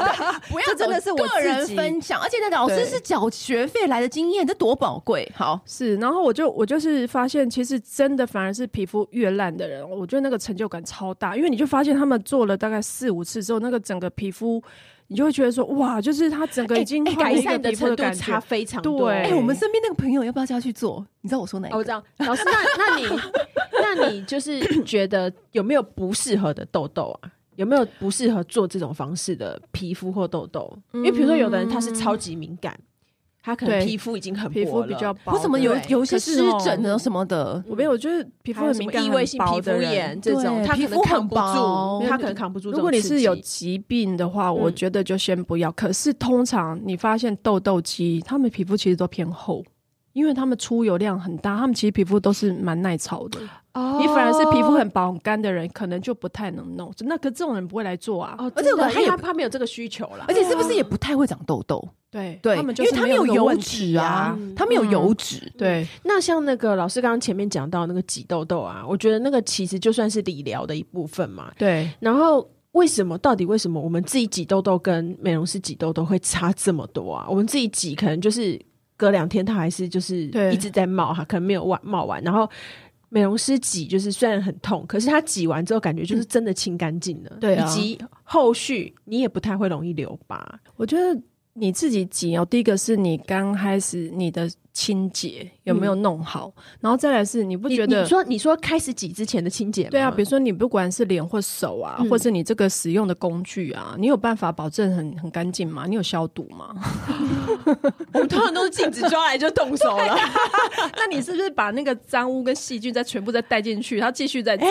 Speaker 1: 不要
Speaker 3: 这
Speaker 1: 走
Speaker 3: 真的是我
Speaker 1: 个人
Speaker 3: 自己
Speaker 1: 分享，而且那老师
Speaker 3: 对
Speaker 1: 是缴学费来的经验，这多宝贵。好，
Speaker 3: 是，然后我就我就是发现，其实真的反而是皮肤越烂的人，我觉得那个成就感超大，因为你就发现他们做了大概四五次之后，那个整个皮肤，你就会觉得说，哇，就是他整个已经
Speaker 2: 哎
Speaker 3: 换
Speaker 2: 改
Speaker 3: 了一个
Speaker 2: 善的
Speaker 3: 皮肤
Speaker 2: 程度
Speaker 3: 感
Speaker 2: 差
Speaker 3: 觉。
Speaker 2: 非常多。
Speaker 3: 对
Speaker 1: 哎、我们身边那个朋友要不要叫他去做？你知道我说哪一
Speaker 2: 哦
Speaker 1: 个？
Speaker 2: 我知道，老师，那那你那你 就是觉得有没有不适合的痘痘啊？有没有不适合做这种方式的皮肤或痘痘？因为比如说，有的人他是超级敏感，他可能
Speaker 3: 对
Speaker 2: 皮肤已经很
Speaker 3: 嗯皮肤
Speaker 2: 薄
Speaker 3: 比
Speaker 2: 了
Speaker 3: 较薄的，
Speaker 1: 我怎么有
Speaker 2: 对
Speaker 1: 有一些
Speaker 3: 可是
Speaker 1: 湿
Speaker 3: 哦
Speaker 1: 疹啊什么的？
Speaker 3: 我没有，就是皮肤
Speaker 2: 还有
Speaker 3: 很
Speaker 2: 什
Speaker 3: 敏
Speaker 2: 么
Speaker 3: 感、
Speaker 2: 异
Speaker 3: 很
Speaker 2: 位性皮
Speaker 3: 薄的
Speaker 2: 肤
Speaker 3: 人
Speaker 2: 炎这
Speaker 1: 对
Speaker 2: 种，他
Speaker 1: 皮
Speaker 2: 可能
Speaker 1: 肤
Speaker 2: 扛
Speaker 1: 很
Speaker 2: 不
Speaker 1: 薄
Speaker 2: 住，他可能扛不住这种刺激。
Speaker 3: 如果你是有疾病的话，我觉得就先不要。可是通常你发现痘痘肌，他们皮肤其实都偏厚，因为他们出油量很大，他们其实皮肤都是蛮耐操的。
Speaker 2: 哦，
Speaker 3: 你反而是皮肤很薄很干的人，可能就不太能弄。那可这种人不会来做啊。
Speaker 2: 哦，
Speaker 1: 而且
Speaker 2: 而且
Speaker 1: 我
Speaker 2: 他
Speaker 1: 还有
Speaker 2: 他他没有这个需求啦
Speaker 1: 而。且是不是也不太会长痘痘？
Speaker 3: 对
Speaker 1: 对，
Speaker 3: 他们
Speaker 1: 因
Speaker 3: 就
Speaker 1: 为
Speaker 3: 是
Speaker 1: 它
Speaker 3: 没
Speaker 1: 有
Speaker 3: 那个
Speaker 1: 油
Speaker 3: 问
Speaker 1: 脂
Speaker 3: 题
Speaker 1: 啊
Speaker 3: 啊。，
Speaker 1: 它没有油脂。
Speaker 3: 对，
Speaker 2: 那像那个老师刚刚前面讲到那个挤痘痘啊，我觉得那个其实就算是理疗的一部分嘛。
Speaker 3: 对，
Speaker 2: 然后为什么？到底为什么我们自己挤痘痘跟美容师挤痘痘会差这么多啊？我们自己挤可能就是隔两天它还是就是
Speaker 3: 对
Speaker 2: 一直在冒哈，可能没有完冒完，然后。美容师挤就是虽然很痛，可是它挤完之后感觉就是真的清干净了，
Speaker 3: 对啊
Speaker 2: 以及后续你也不太会容易留疤，
Speaker 3: 我觉得你自己挤哦，第一个是你刚开始你的清洁有没有弄好，然后再来是你不
Speaker 2: 不
Speaker 3: 觉得
Speaker 2: 你说你说开始挤之前的清洁吗？
Speaker 3: 对啊，比如说你不管是脸或手啊，
Speaker 2: 嗯
Speaker 3: 或是你这个使用的工具啊，你有办法保证很很干净吗？你有消毒吗？
Speaker 2: 我们通常都是镜子抓来就动手了，
Speaker 3: 那你是不是把那个脏污跟细菌再全部再带进去，它继续再长？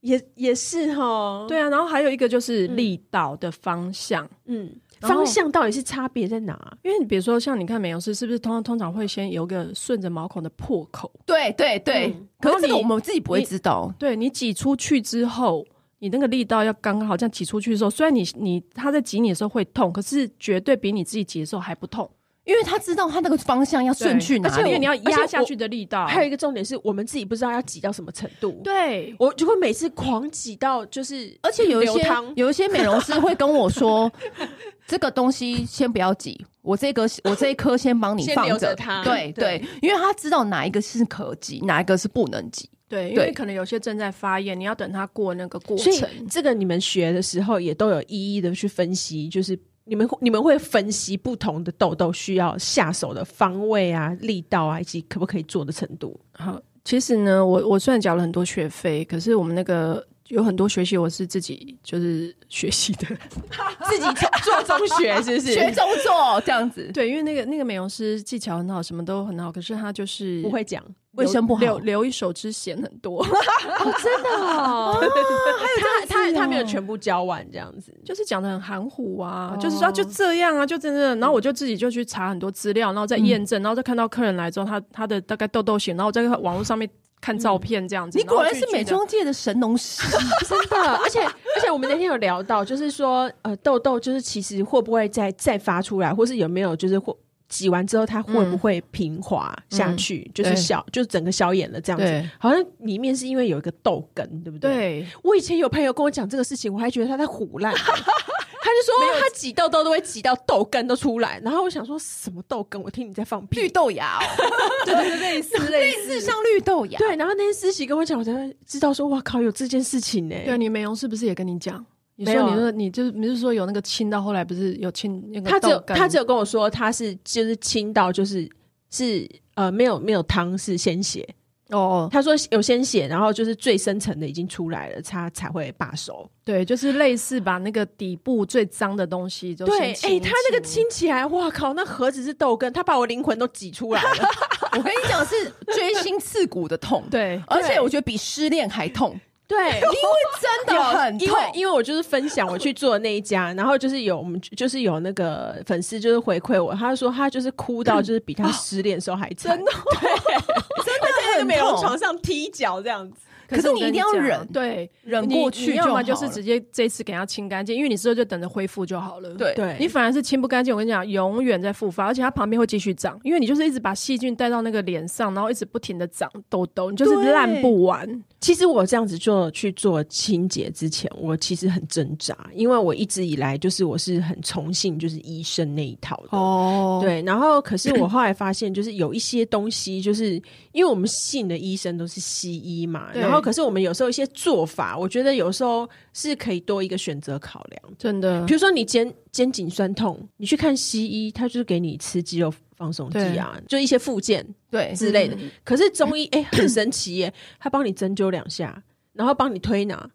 Speaker 2: 也也是哈，
Speaker 3: 哎对啊，然后还有一个就是力道的方向，
Speaker 2: 嗯，
Speaker 3: 然后
Speaker 2: 方向到底是差别在哪？
Speaker 3: 因为你比如说像你看美容师，是不是通通常会先有个顺着毛孔的破口？
Speaker 1: 对对对
Speaker 2: 嗯，
Speaker 1: 可是这
Speaker 3: 然
Speaker 1: 个
Speaker 3: 后
Speaker 1: 我
Speaker 3: 你
Speaker 1: 们自己不会知道。
Speaker 3: 对你挤出去之后，你那个力道要刚刚好，这样挤出去的时候，虽然你你他在挤你的时候会痛，可是绝对比你自己挤的时候还不痛。
Speaker 1: 因为他知道他那个方向要顺去哪
Speaker 3: 而
Speaker 1: 里，
Speaker 3: 且因为你要
Speaker 2: 而且
Speaker 3: 压
Speaker 2: 我
Speaker 3: 下去的力道，
Speaker 2: 还有一个重点是我们自己不知道要挤到什么程度，，
Speaker 3: 对，
Speaker 2: 我就会每次狂挤到就是，
Speaker 1: 而且有一
Speaker 2: 流
Speaker 1: 些
Speaker 2: 汤
Speaker 1: 有一些美容师会跟我 说，这个东西先不要挤，我这个我这一颗先帮你
Speaker 2: 先
Speaker 1: 放
Speaker 2: 留着
Speaker 1: 着
Speaker 2: 它，
Speaker 1: 对
Speaker 2: 对
Speaker 1: 对，因为他知道哪一个是可挤，哪一个是不能挤。
Speaker 3: 对，因
Speaker 1: 对
Speaker 3: 为可能有些正在发炎，你要等它过那个过
Speaker 2: 所以
Speaker 3: 程。
Speaker 2: 这个你们学的时候也都有一一的去分析，就是你们你们会分析不同的痘痘需要下手的方位啊、力道啊，以及可不可以做的程度。
Speaker 3: 好，其实呢，我我虽然缴了很多学费，可是我们那个有很多学习我是自己就是 学习的。
Speaker 2: 自己 做中学是不是？
Speaker 1: 学中做这样子，
Speaker 3: 对，因为那个那个美容师技巧很好，什么都很好，可是他就是
Speaker 2: 不会讲，
Speaker 3: 留
Speaker 1: 卫生不好
Speaker 3: 留留一手之嫌很多。
Speaker 2: 真的哦。他他他没有全部教完这样子，
Speaker 3: 就是讲的很含糊啊，就是说啊就这样啊，就真的。然后我就自己就去查很多资料，然后再验证，然后再看到客人来之后，他他的大概痘痘型，然后我再网络上面看照片这样子。
Speaker 1: 你果然
Speaker 3: 后
Speaker 1: 是
Speaker 3: 就觉
Speaker 1: 美
Speaker 3: 得
Speaker 1: 妆界的神农 氏，
Speaker 2: 真的。而且而且我们那天有聊到，就是说呃，痘痘就是其实会不会再再发出来，或是有没有就是会。挤完之后，它会不会平滑下去？就
Speaker 1: 嗯
Speaker 2: 是
Speaker 1: 对
Speaker 2: 消，就是整个消炎了这样子。
Speaker 1: 对
Speaker 2: 好像里面是因为有一个痘根，对不对？。
Speaker 3: 对。
Speaker 2: 我以前有朋友跟我讲这个事情，我还觉得他在胡 乱。他就说他挤痘痘都会挤到痘根都出来，然后我想说什么痘根？我听你在放屁
Speaker 1: 绿。豆芽哦，
Speaker 2: 对对对，类似
Speaker 1: 类
Speaker 2: 类
Speaker 1: 似像绿豆芽，
Speaker 2: 对，然后那天思琪跟我讲，我才知道说，哇靠，有这件事情呢、欸
Speaker 3: 对，啊你美容是不是也跟你讲？你
Speaker 2: 没
Speaker 3: 说
Speaker 2: 有啊
Speaker 3: 你说你就是你是说有那个亲到后来不是有亲那个
Speaker 2: 他只有
Speaker 3: 豆干
Speaker 2: 他只有跟我说，他是就是亲到就是是呃没有没有汤是鲜血，
Speaker 3: 哦哦
Speaker 2: 他说有鲜血，然后就是最深层的已经出来了，他才会罢手。
Speaker 3: 对，就是类似把那个底部最脏的东西就
Speaker 2: 对，哎、
Speaker 3: 哎、
Speaker 2: 他那个亲起来，哇靠，那何止是豆根，他把我灵魂都挤出来了。
Speaker 1: 我跟你讲是锥心刺骨的痛，，
Speaker 3: 对
Speaker 1: 而且我觉得比失恋还痛，
Speaker 2: 对，
Speaker 1: 因为真的很
Speaker 2: 因
Speaker 1: 痛
Speaker 2: 为。因为我就是分享我去做的那一家，然后就是有我们就是有那个粉丝就是回馈我，他说他就是哭到就是比他失恋的时候还惨，真的对，真的在那个美容
Speaker 1: 痛
Speaker 2: 床上踢脚这样子。
Speaker 1: 可是你一定要
Speaker 3: 我跟你讲
Speaker 1: 忍
Speaker 3: 对
Speaker 1: 忍
Speaker 3: 你
Speaker 1: 过
Speaker 3: 你
Speaker 1: 去
Speaker 3: 要
Speaker 1: 就
Speaker 3: 么
Speaker 1: 好
Speaker 3: 就是
Speaker 1: 了
Speaker 3: 直接这一次给它清干净，因为你之后就等着恢复就好了。
Speaker 1: 对
Speaker 2: 对
Speaker 3: 你反而是清不干净，我跟你讲，永远在复发，而且它旁边会继续长，因为你就是一直把细菌带到那个脸上，然后一直不停的长痘痘，你就是
Speaker 1: 对
Speaker 3: 烂不完。
Speaker 2: 其实我这样子做去做清洁之前，我其实很挣扎，因为我一直以来就是我是很崇信就是医生那一套的。
Speaker 3: 哦，
Speaker 2: 对，然后可是我后来发现，就是有一些东西，就是因为我们信的医生都是西医嘛，
Speaker 3: 对
Speaker 2: 然后可是我们有时候一些做法，我觉得有时候是可以多一个选择考量。
Speaker 3: 真的
Speaker 2: 比。如说你肩肩颈酸痛，你去看西医，他就是给你吃肌肉放松剂啊，就一些附件，
Speaker 1: 对，
Speaker 2: 之类
Speaker 3: 嗯
Speaker 2: 的。可是中医哎、很神奇耶，他帮你针灸两下，然后帮你推拿，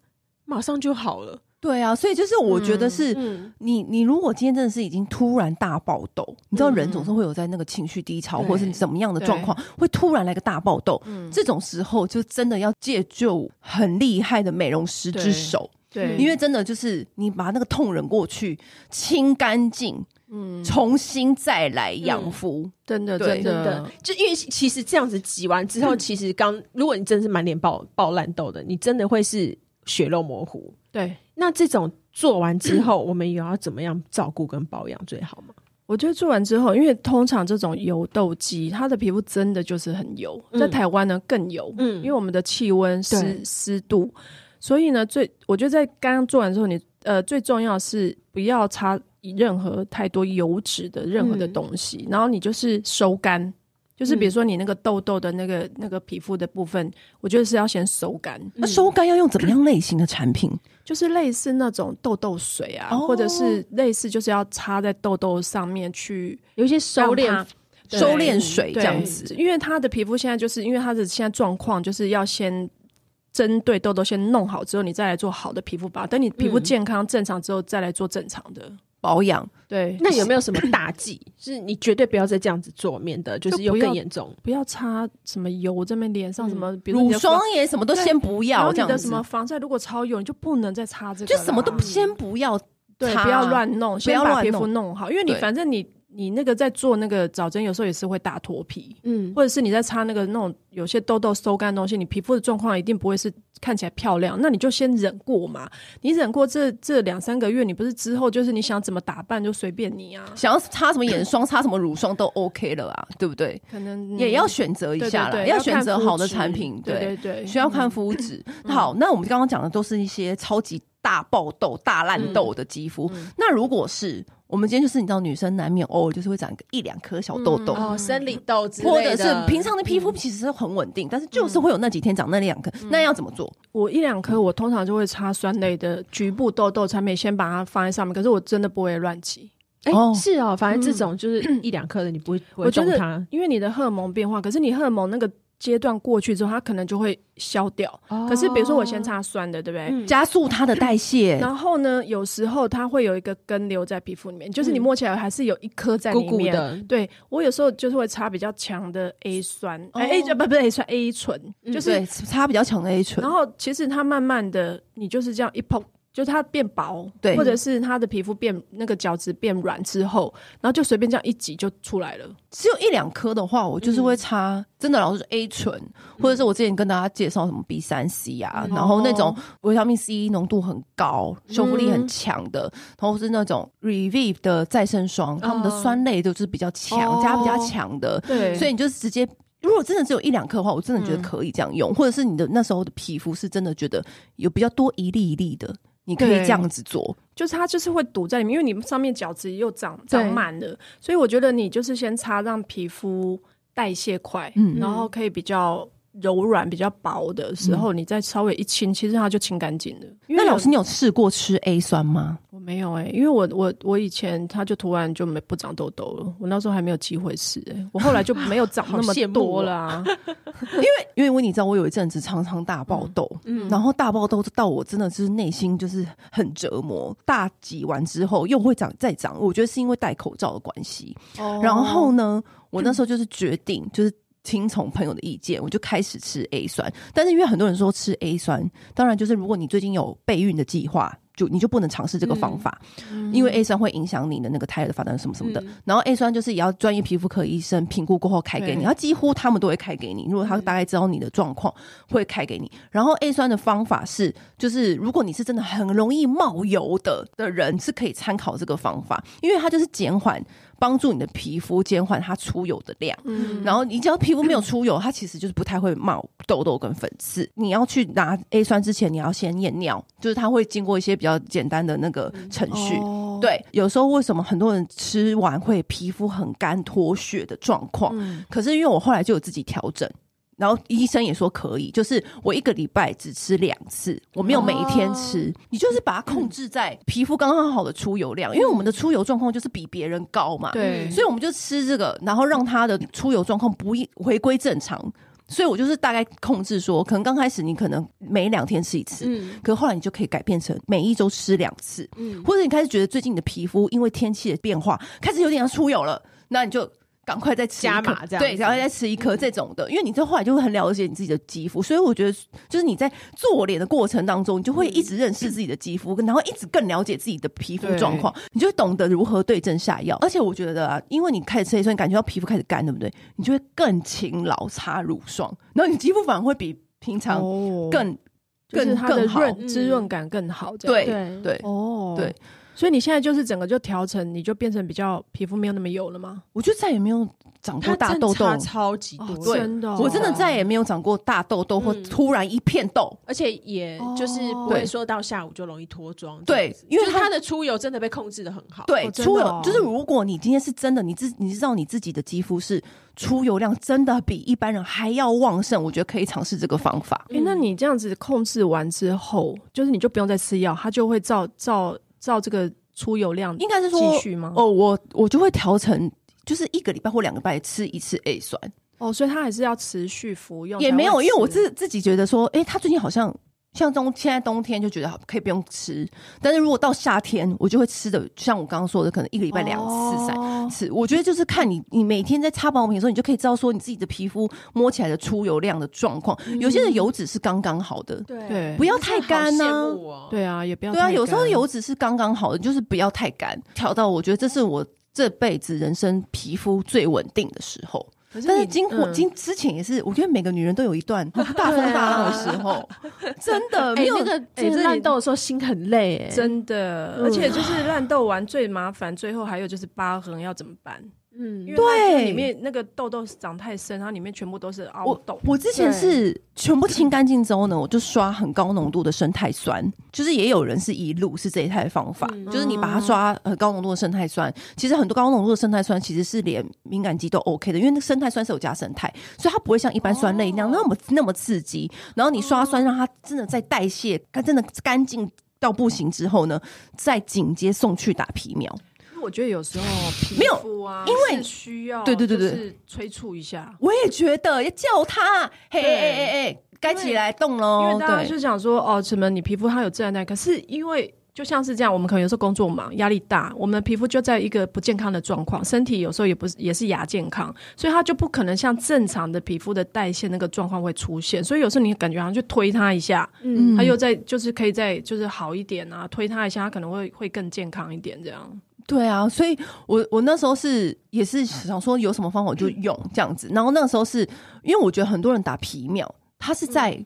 Speaker 2: 马上就好了。
Speaker 1: 对啊，所以就是我觉得是。
Speaker 2: 嗯，
Speaker 1: 你你如果今天真的是已经突然大爆痘，你知道人总是会有在那个情绪低潮
Speaker 3: 嗯对嗯
Speaker 1: 或是怎么样的状况，会突然来个大爆痘，这种时候就真的要借助很厉害的美容师之手，
Speaker 3: 对，
Speaker 1: 因为真的就是你把那个痛忍过去，清干净，
Speaker 3: 嗯，
Speaker 1: 重新再来养肤。
Speaker 3: 真的
Speaker 1: 对
Speaker 3: 真
Speaker 2: 真的
Speaker 3: 的，
Speaker 2: 就因为其实这样子挤完之 后，其实刚如果你真的是满脸爆爆烂痘的，你真的会是血肉模糊。
Speaker 3: 对。
Speaker 2: 那这种做完之 后，我们有要怎么样照顾跟保养最好吗？
Speaker 3: 我觉得做完之后，因为通常这种油痘肌，它的皮肤真的就是很油，
Speaker 2: 嗯
Speaker 3: 在台湾呢更油，
Speaker 2: 嗯
Speaker 3: 因为我们的气温、湿
Speaker 2: 对
Speaker 3: 湿度，所以呢，最我觉得在刚刚做完之后，你呃最重要是不要擦任何太多油脂的任何的
Speaker 2: 嗯
Speaker 3: 东西，然后你就是收干。就是比
Speaker 2: 嗯
Speaker 3: 如说你那个痘痘的那个那个皮肤的部分，我觉得是要先收干，
Speaker 2: 嗯
Speaker 1: 那收干要用怎么样类型的产品？
Speaker 3: 就是类似那种痘痘水啊，
Speaker 1: 哦
Speaker 3: 或者是类似就是要擦在痘痘上面去
Speaker 2: 有一些收
Speaker 3: 让它
Speaker 2: 敛，
Speaker 3: 对
Speaker 1: 收敛水
Speaker 3: 对
Speaker 1: 这样子，
Speaker 3: 因为他的皮肤现在就是因为他的现在状况，就是要先针对痘痘先弄好之后，你再来做好的皮肤保养。等你皮肤
Speaker 2: 嗯
Speaker 3: 健康正常之后，再来做正常的。
Speaker 1: 保养。
Speaker 3: 对，
Speaker 2: 那有没有什么大忌？ 是你绝对不要再这样子做，免得就是
Speaker 3: 就
Speaker 2: 又
Speaker 3: 不要
Speaker 2: 更严重。
Speaker 3: 不要擦什么油这边脸上什么，比如说
Speaker 1: 嗯
Speaker 3: 你
Speaker 1: 乳
Speaker 3: 的
Speaker 1: 霜
Speaker 3: 防
Speaker 1: 也什么都先不
Speaker 3: 然
Speaker 1: 要，
Speaker 3: 后
Speaker 1: 这
Speaker 3: 你
Speaker 1: 样
Speaker 3: 的什么
Speaker 1: 子，
Speaker 3: 防晒，如果超油，你就不能再擦这个
Speaker 1: 就
Speaker 3: 啦，
Speaker 1: 什么都先不要，
Speaker 3: 嗯对，
Speaker 1: 擦
Speaker 3: 不要乱弄，
Speaker 1: 不要
Speaker 3: 先把
Speaker 1: 乱
Speaker 3: 皮
Speaker 1: 弄
Speaker 3: 肤弄好，因为你
Speaker 1: 对
Speaker 3: 反正你你那个在做那个早针，有时候也是会大脱皮，
Speaker 2: 嗯，
Speaker 3: 或者是你在擦那个那种有些痘痘收干的东西，你皮肤的状况一定不会是看起来漂亮，那你就先忍过嘛。你忍过这这两三个月，你不是之后就是你想怎么打扮就随便你啊，
Speaker 1: 想要擦什么眼霜、擦什么乳霜都 OK 了啊，对不对？
Speaker 3: 可能
Speaker 1: 也要选择一
Speaker 3: 嗯对
Speaker 1: 下
Speaker 3: 对
Speaker 1: 啦，
Speaker 3: 对，
Speaker 1: 要
Speaker 3: 看
Speaker 1: 选择
Speaker 3: 肤
Speaker 1: 好的
Speaker 3: 质
Speaker 1: 产品，
Speaker 3: 对对对，嗯
Speaker 1: 需要看肤质。好，那我们刚刚讲的都是一些超级大爆痘、大烂
Speaker 3: 嗯
Speaker 1: 痘的肌肤。那如果是我们今天就是你知道，女生难免偶尔就是会长个一两颗小痘
Speaker 3: 嗯
Speaker 1: 痘。
Speaker 2: 哦，生理痘之
Speaker 1: 或者
Speaker 2: 类的，
Speaker 1: 是平常的皮肤其实是很稳定，但是就是
Speaker 3: 嗯
Speaker 1: 会有那几天长那两颗，那要怎么做？
Speaker 3: 我一两颗，我通常就会擦酸类的局部痘痘产品，先把它放在上面。可是我真的不会乱挤，
Speaker 2: 哎、
Speaker 1: 哦
Speaker 2: 是哦，反正这种 就是一两颗的，你不会不
Speaker 3: 我
Speaker 2: 会
Speaker 3: 觉
Speaker 2: 中啊
Speaker 3: 得
Speaker 2: 它，
Speaker 3: 因为你的荷尔蒙变化，可是你荷尔蒙那个阶段过去之后，它可能就会消掉。
Speaker 2: 哦
Speaker 3: 可是比如说我先
Speaker 2: 擦，
Speaker 3: 擦酸的，对不对？
Speaker 2: 嗯
Speaker 1: 加速它的代谢，
Speaker 3: 然后呢，有时候它会有一个根留在皮肤里面，就是你
Speaker 2: 嗯
Speaker 3: 摸起来还是有一颗在里
Speaker 2: 鼓
Speaker 3: 面。
Speaker 2: 鼓的，
Speaker 3: 对我有时候就是会擦比较强的 A 酸，哎、
Speaker 1: 哦
Speaker 3: A 不不是 A 酸 A 醇，
Speaker 2: 嗯
Speaker 3: 就是
Speaker 1: 对，擦比较强的 A 醇
Speaker 3: 然，后其实它慢慢的，你就是这样一碰，就它变薄，
Speaker 1: 对
Speaker 3: 或者是它的皮肤变那个角质变软之后，然后就随便这样一挤就出来了。
Speaker 1: 只有一两颗的话，我就是
Speaker 3: 嗯
Speaker 1: 会擦，真的老是 A 醇，或者是我之前跟大家介绍什么 B 三 C 啊，
Speaker 2: 嗯
Speaker 1: 然后那
Speaker 3: 哦
Speaker 1: 种维他命 C 浓度很高、修复力很强的，
Speaker 3: 嗯
Speaker 1: 然后是那种 Revive 的再生霜，它们的酸类都是比较强，
Speaker 3: 哦
Speaker 1: 加比较强的，
Speaker 3: 对
Speaker 1: 所以你就是直接。如果真的只有一两颗的话，我真的觉得可以这样用，
Speaker 3: 嗯
Speaker 1: 或者是你的那时候的皮肤是真的觉得有比较多一粒一粒的，你可以
Speaker 3: 对
Speaker 1: 这样子做。
Speaker 3: 就是它就是会堵在里面，因为你上面角质又长长
Speaker 2: 对
Speaker 3: 满了，所以我觉得你就是先擦，让皮肤代谢快，
Speaker 1: 嗯
Speaker 3: 然后可以比较。柔软比较薄的时候，你再稍微一清，其实它就清干净了。
Speaker 1: 嗯
Speaker 3: 因为
Speaker 1: 那
Speaker 3: 有
Speaker 1: 老师，你有试过吃 A 酸吗？
Speaker 3: 我没有哎、因为我我我以前它就突然就没不长痘痘了，我那时候还没有机会试哎、我后来就没有长
Speaker 2: 好
Speaker 3: 那么
Speaker 2: 羡慕
Speaker 3: 多
Speaker 2: 哦
Speaker 3: 了、啊。
Speaker 1: 因为我你知道，我有一阵子常常大爆痘，
Speaker 2: 嗯
Speaker 1: 然后大爆痘到我真的就是内心就是很折磨。大挤完之后又会长再长，我觉得是因为戴口罩的关系。
Speaker 2: 哦
Speaker 3: 哦
Speaker 1: 然后呢，
Speaker 2: 嗯
Speaker 1: 我那时候就是决定就是。听从朋友的意见，我就开始吃 A 酸。但是因为很多人说吃 A 酸，当然就是如果你最近有备孕的计划，就你就不能尝试这个方法，
Speaker 2: 嗯
Speaker 1: 因为 A 酸会影响你的那个胎儿的发展什么什么的。然后 A 酸就是也要专业皮肤科医生评估过后开给你，
Speaker 3: 对嗯
Speaker 1: 他几乎他们都会开给你。如果他大概知道你的状况，会开给你。然后 A 酸的方法是，就是如果你是真的很容易冒油的的人，是可以参考这个方法，因为它就是减缓帮助你的皮肤减缓它出油的量。
Speaker 3: 嗯，
Speaker 1: 然后你只要皮肤没有出油，它其实就是不太会冒痘痘跟粉刺。你要去拿 A 酸之前，你要先验尿，就是它会经过一些比较简单的那个程序。
Speaker 3: 哦，
Speaker 1: 对，有时候为什么很多人吃完会皮肤很干脱屑的状况？
Speaker 3: 嗯
Speaker 1: 可是因为我后来就有自己调整，然后医生也说可以，就是我一个礼拜只吃两次，我没有每一天吃，
Speaker 3: 哦
Speaker 1: 你就是把它控制在皮肤刚刚好的出油量，因为我们的出油状况就是比别人高嘛，
Speaker 3: 嗯对，
Speaker 1: 所以我们就吃这个，然后让它的出油状况不一回归正常。所以我就是大概控制说，可能刚开始你可能每两天吃一次，
Speaker 2: 嗯
Speaker 1: 可后来你就可以改变成每一周吃两次，
Speaker 2: 嗯，
Speaker 1: 或者你开始觉得最近你的皮肤因为天气的变化开始有点要出油了，那你就赶快再吃一颗
Speaker 2: 加码这样子嗯
Speaker 1: 对，赶快再吃一颗这种的，因为你这后来就会很了解你自己的肌肤，所以我觉得就是你在做脸的过程当中，你就会一直认识自己的肌肤，然后一直更了解自己的皮肤状况，你就会懂得如何对症下药。而且我觉得啊，因为你开始吃 A 酸，你感觉到皮肤开始干，对不对？你就会更勤劳擦乳霜，然后你肌肤反而会比平常
Speaker 3: 哦
Speaker 1: 更、
Speaker 3: 就是
Speaker 1: 更
Speaker 3: 它的
Speaker 1: 更好
Speaker 3: 润滋润感更好，这样
Speaker 1: 对
Speaker 2: 对
Speaker 1: 对。
Speaker 3: 哦，
Speaker 1: 对，
Speaker 3: 所以你现在就是整个就调成，你就变成比较皮肤没有那么油了吗？
Speaker 1: 我就再也没有长过
Speaker 2: 它
Speaker 1: 大
Speaker 2: 真
Speaker 1: 痘痘
Speaker 2: 差，超级多，
Speaker 1: 对
Speaker 3: 真的哦，
Speaker 1: 我真的再也没有长过大痘痘或
Speaker 2: 嗯
Speaker 1: 突然一片痘。
Speaker 2: 而且也就是不
Speaker 1: 对
Speaker 2: 会说到下午就容易脱妆这
Speaker 1: 对
Speaker 2: 样子，
Speaker 1: 因为
Speaker 2: 就是
Speaker 1: 它
Speaker 2: 它的出油真的被控制的很好，
Speaker 1: 对，
Speaker 3: 哦真的
Speaker 1: 出油
Speaker 3: 哦
Speaker 1: 就是如果你今天是真的，你自你知道你自己的肌肤是出油量真的比一般人还要旺盛，我觉得可以尝试这个方法。
Speaker 3: 哎、那你这样子控制完之后，就是你就不用再吃药，它就会照照照这个出油量
Speaker 1: 应该是
Speaker 3: 继
Speaker 1: 说，
Speaker 3: 续吗？
Speaker 1: 哦，我我就会调成。就是一个礼拜或两个礼拜吃一次 A 酸，
Speaker 3: 哦，所以它还是要持续服用才会
Speaker 1: 也
Speaker 3: 吃，
Speaker 1: 没有，因为我自自己觉得说，哎、他最近好像像冬现在冬天就觉得可以不用吃，但是如果到夏天，我就会吃的，就像我刚刚说的，可能一个礼拜两次、三
Speaker 3: 哦
Speaker 1: 是，我觉得就是看你，你每天在擦保养品的时候，你就可以知道说你自己的皮肤摸起来的出油量的状况。有些的油脂是刚刚好的，
Speaker 2: 对啊
Speaker 3: 对
Speaker 1: 不要太干呢、
Speaker 2: 呢，
Speaker 3: 对啊，也不要
Speaker 1: 对啊，
Speaker 3: 太
Speaker 1: 有时候
Speaker 3: 干
Speaker 1: 油脂是刚刚好的，就是不要太干，调到我觉得这是我这辈子人生皮肤最稳定的时候。
Speaker 3: 可
Speaker 1: 但是经
Speaker 3: 火
Speaker 1: 过经之前也是，我觉得每个女人都有一段大风大浪的时候， 真的没
Speaker 2: 哎、
Speaker 1: 有
Speaker 2: 那个
Speaker 3: 哎这
Speaker 2: 就是
Speaker 3: 里
Speaker 2: 烂豆的时候心很累、哎，
Speaker 3: 真的，
Speaker 2: 嗯
Speaker 3: 而且就是烂痘完最麻烦，最后还有就是疤痕要怎么办？
Speaker 2: 嗯
Speaker 3: 因为它就
Speaker 1: 对
Speaker 3: 里面那个痘痘长太深，然后里面全部都是凹
Speaker 1: 我
Speaker 3: 痘。
Speaker 1: 我之前是全部清干净之后呢，我就刷很高浓度的胜肽酸，就是也有人是一路是这一套方法，
Speaker 2: 嗯
Speaker 1: 就是你
Speaker 3: 哦
Speaker 1: 把它刷呃高浓度的胜肽酸，其实很多高浓度的胜肽酸其实是连敏感肌都 OK 的，因为那胜肽酸是有加胜肽，所以它不会像一般酸类那样
Speaker 3: 哦
Speaker 1: 那么那么刺激。然后你刷酸让它真的在代谢，它真的干净。到不行之后呢，再紧接送去打皮秒。
Speaker 3: 因为我觉得有时候皮
Speaker 1: 没有
Speaker 3: 肤啊，
Speaker 1: 因为
Speaker 3: 是需要
Speaker 1: 对对对对
Speaker 3: 就是催促一下。
Speaker 1: 我也觉得要叫他，嘿哎
Speaker 3: 对
Speaker 1: 哎哎哎，该起来动
Speaker 3: 因
Speaker 1: 喽
Speaker 3: 为。大家
Speaker 1: 哦对，
Speaker 3: 就想说哦，什么你皮肤它有自然代，可是因为就像是这样，我们可能有时候工作忙、压力大，我们的皮肤就在一个不健康的状况，身体有时候也不是也是亚健康，所以它就不可能像正常的皮肤的代谢那个状况会出现，所以有时候你感觉好像去推它一下，
Speaker 2: 嗯
Speaker 3: 它又在就是可以再就是好一点啊，推它一下，它可能会会更健康一点这样。
Speaker 1: 对啊，所以我我那时候是也是想说有什么方法我就用这样子，然后那时候是因为我觉得很多人打皮秒，他
Speaker 3: 嗯
Speaker 1: 是在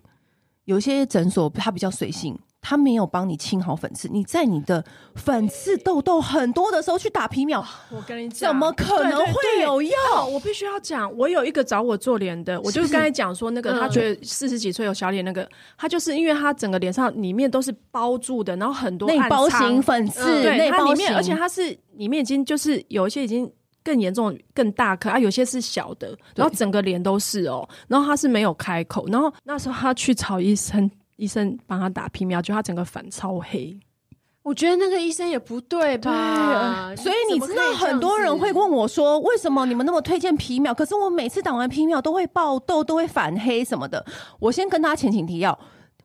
Speaker 1: 有些诊所他比较随性。他没有帮你清好粉刺，你在你的粉刺痘痘很多的时候去打皮秒，
Speaker 3: 我跟你讲，
Speaker 1: 怎么可能
Speaker 3: 啊对对对
Speaker 1: 会有用？
Speaker 3: 哦，我必须要讲，我有一个找我做脸的，我就是刚才讲说那个，
Speaker 2: 嗯
Speaker 3: 他觉得四十几岁有小脸那个，他就是因为他整个脸上里面都是包住的，然后很多
Speaker 1: 内
Speaker 3: 暗
Speaker 1: 包
Speaker 3: 疮嗯
Speaker 1: 型粉刺，
Speaker 3: 对，
Speaker 1: 内
Speaker 3: 它
Speaker 1: 包
Speaker 3: 里
Speaker 1: 型
Speaker 3: 面，，而且它是里面已经就是有一些已经更严重、更大颗啊，有些是小的，然后整个脸都是哦，然后他是没有开口，然后那时候他去找医生，医生帮他打皮秒，就他整个反超黑，
Speaker 2: 我觉得那个医生也不对啊吧？
Speaker 1: 所以你知道很多人会问我说，为什么你们那么推荐皮秒？可是我每次打完皮秒都会爆痘，都会反黑什么的。我先跟大家前情提要，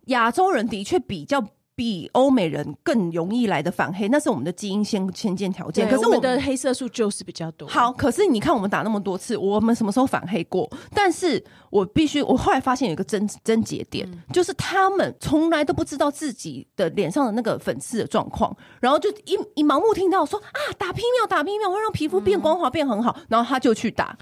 Speaker 1: 亚洲人的确比较。比欧美人更容易来的反黑，那是我们的基因先先见条
Speaker 2: 对，
Speaker 1: 件。可是
Speaker 2: 我
Speaker 1: 我
Speaker 2: 们的黑色素就是比较多。
Speaker 1: 好，可是你看我们打那么多次，我们什么时候反黑过？但是我必须，我后来发现有一个症症结点，
Speaker 3: 嗯
Speaker 1: 就是他们从来都不知道自己的脸上的那个粉刺的状况，然后就一一盲目听到说啊，打皮秒打皮秒会让皮肤变光滑变很好，然后他就去打。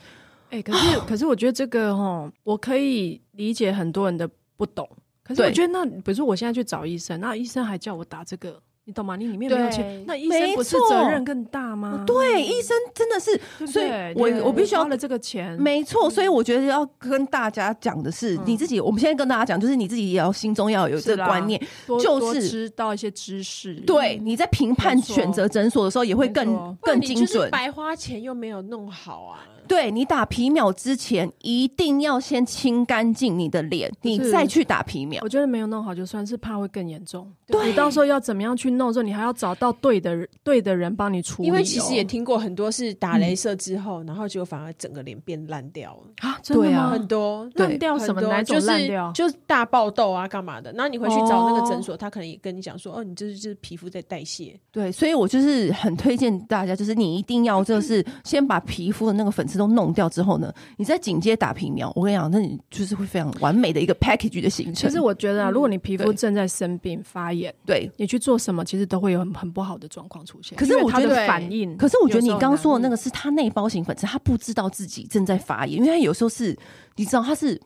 Speaker 3: 哎、可是可是我觉得这个哈，我可以理解很多人的不懂，可是我
Speaker 1: 对
Speaker 3: 觉得那比如说我现在去找医生，那医生还叫我打这个，你懂吗？你里面没有钱
Speaker 2: 对，
Speaker 3: 那医生不是
Speaker 1: 没错
Speaker 3: 责任更大吗？
Speaker 1: 对，医生真的是，
Speaker 3: 对不
Speaker 1: 所以
Speaker 3: 对，
Speaker 1: 我
Speaker 3: 对
Speaker 1: 我必须要
Speaker 3: 花了这个钱，
Speaker 1: 没
Speaker 3: 嗯
Speaker 1: 错，所以我觉得要跟大家讲的是，你自己，我们现在跟大家讲，就是你自己也要心中要有这
Speaker 3: 是
Speaker 1: 个
Speaker 3: 啦
Speaker 1: 观念，
Speaker 3: 多
Speaker 1: 就是
Speaker 3: 多知道一些知识，嗯
Speaker 1: 对，你在评判
Speaker 3: 没错
Speaker 1: 选择诊所的时候也会
Speaker 3: 没
Speaker 1: 更
Speaker 3: 错
Speaker 1: 更精
Speaker 2: 不然你就是
Speaker 1: 准。
Speaker 2: 白花钱又没有弄好啊。
Speaker 1: 对你打皮秒之前，一定要先清干净你的脸，你
Speaker 3: 是
Speaker 1: 再去打皮秒
Speaker 3: 我。觉得没有弄好就算是怕会更严重。
Speaker 1: 对
Speaker 3: 你到时候要怎么样去弄？之后你还要找到对的人，对的人帮你处理、哦
Speaker 2: 因为其实也听过很多是打镭射之后，然后结果反而整个脸变烂掉了。
Speaker 3: 啊，真的
Speaker 1: 对
Speaker 3: 吗
Speaker 1: 啊？
Speaker 2: 很多
Speaker 1: 对
Speaker 3: 烂掉什么
Speaker 2: 很多
Speaker 3: 哪
Speaker 2: 就
Speaker 3: 种
Speaker 2: 是
Speaker 3: 烂掉？
Speaker 2: 就是大爆痘啊，干嘛的？然后你回去找那
Speaker 3: 哦
Speaker 2: 个诊所，他可能也跟你讲说，哦，你这是就是皮肤在代谢，
Speaker 1: 对，所以我就是很推荐大家，就是你一定要就是先把皮肤的那个粉刺都弄掉之后呢，你再紧接打皮秒。我跟你讲，那你就是会非常完美的一个 package 的行
Speaker 3: 其
Speaker 1: 程。
Speaker 3: 实我觉得啊，如果你皮肤
Speaker 1: 嗯对
Speaker 3: 正在生病发炎，
Speaker 1: 对，
Speaker 3: 你去做什么，其实都会有很很不好的状况出现。
Speaker 1: 可是我
Speaker 3: 因为它
Speaker 1: 觉
Speaker 3: 的
Speaker 1: 得
Speaker 3: 反应，
Speaker 1: 可是我觉得你刚刚说的那
Speaker 3: 个，
Speaker 1: 个是他内包型粉刺，他不知道自己正在发炎，因为他有时候是你知道他是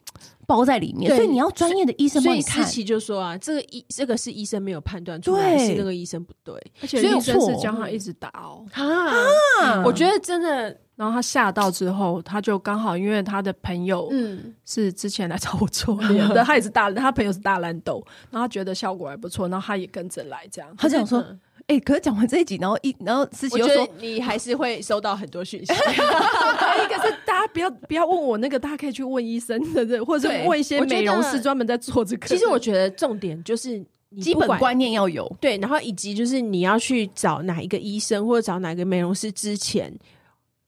Speaker 1: 包在里面，
Speaker 2: 对
Speaker 1: 所以你要专业的医生
Speaker 2: 所
Speaker 1: 帮
Speaker 2: 以
Speaker 1: 你
Speaker 2: 思
Speaker 1: 看。
Speaker 2: 琪就说啊，这个医这个是医生没有判断出来，
Speaker 1: 对
Speaker 2: 是那个医生不对
Speaker 3: 而且
Speaker 1: 所以
Speaker 3: 医生是
Speaker 1: 错
Speaker 3: 叫他一直打哦，
Speaker 2: 啊我觉得真的，
Speaker 3: 然后他吓到之后，他就刚好因为他的朋友
Speaker 2: 嗯，
Speaker 3: 是之前来找我做脸的，他也是大，他朋友是大烂豆，然后他觉得效果还不错，然后他也跟着来这样。
Speaker 1: 他想说
Speaker 2: 嗯，
Speaker 1: 哎、可是讲完这一集，然后一然后思琪
Speaker 2: 我
Speaker 1: 又
Speaker 2: 觉
Speaker 1: 说
Speaker 2: 得，你还是会收到很多讯息。
Speaker 3: 还有一个哎是大家不要不要问我那个，大家可以去问医生的，对或者是
Speaker 1: 对
Speaker 3: 问一些
Speaker 2: 我觉得
Speaker 3: 美容师专门在做这 个。
Speaker 2: 其实我觉得重点就是你
Speaker 1: 基
Speaker 2: 不
Speaker 1: 本
Speaker 2: 管
Speaker 1: 观念要有。
Speaker 2: 对，然后以及就是你要去找哪一个医生或者找哪个美容师之前，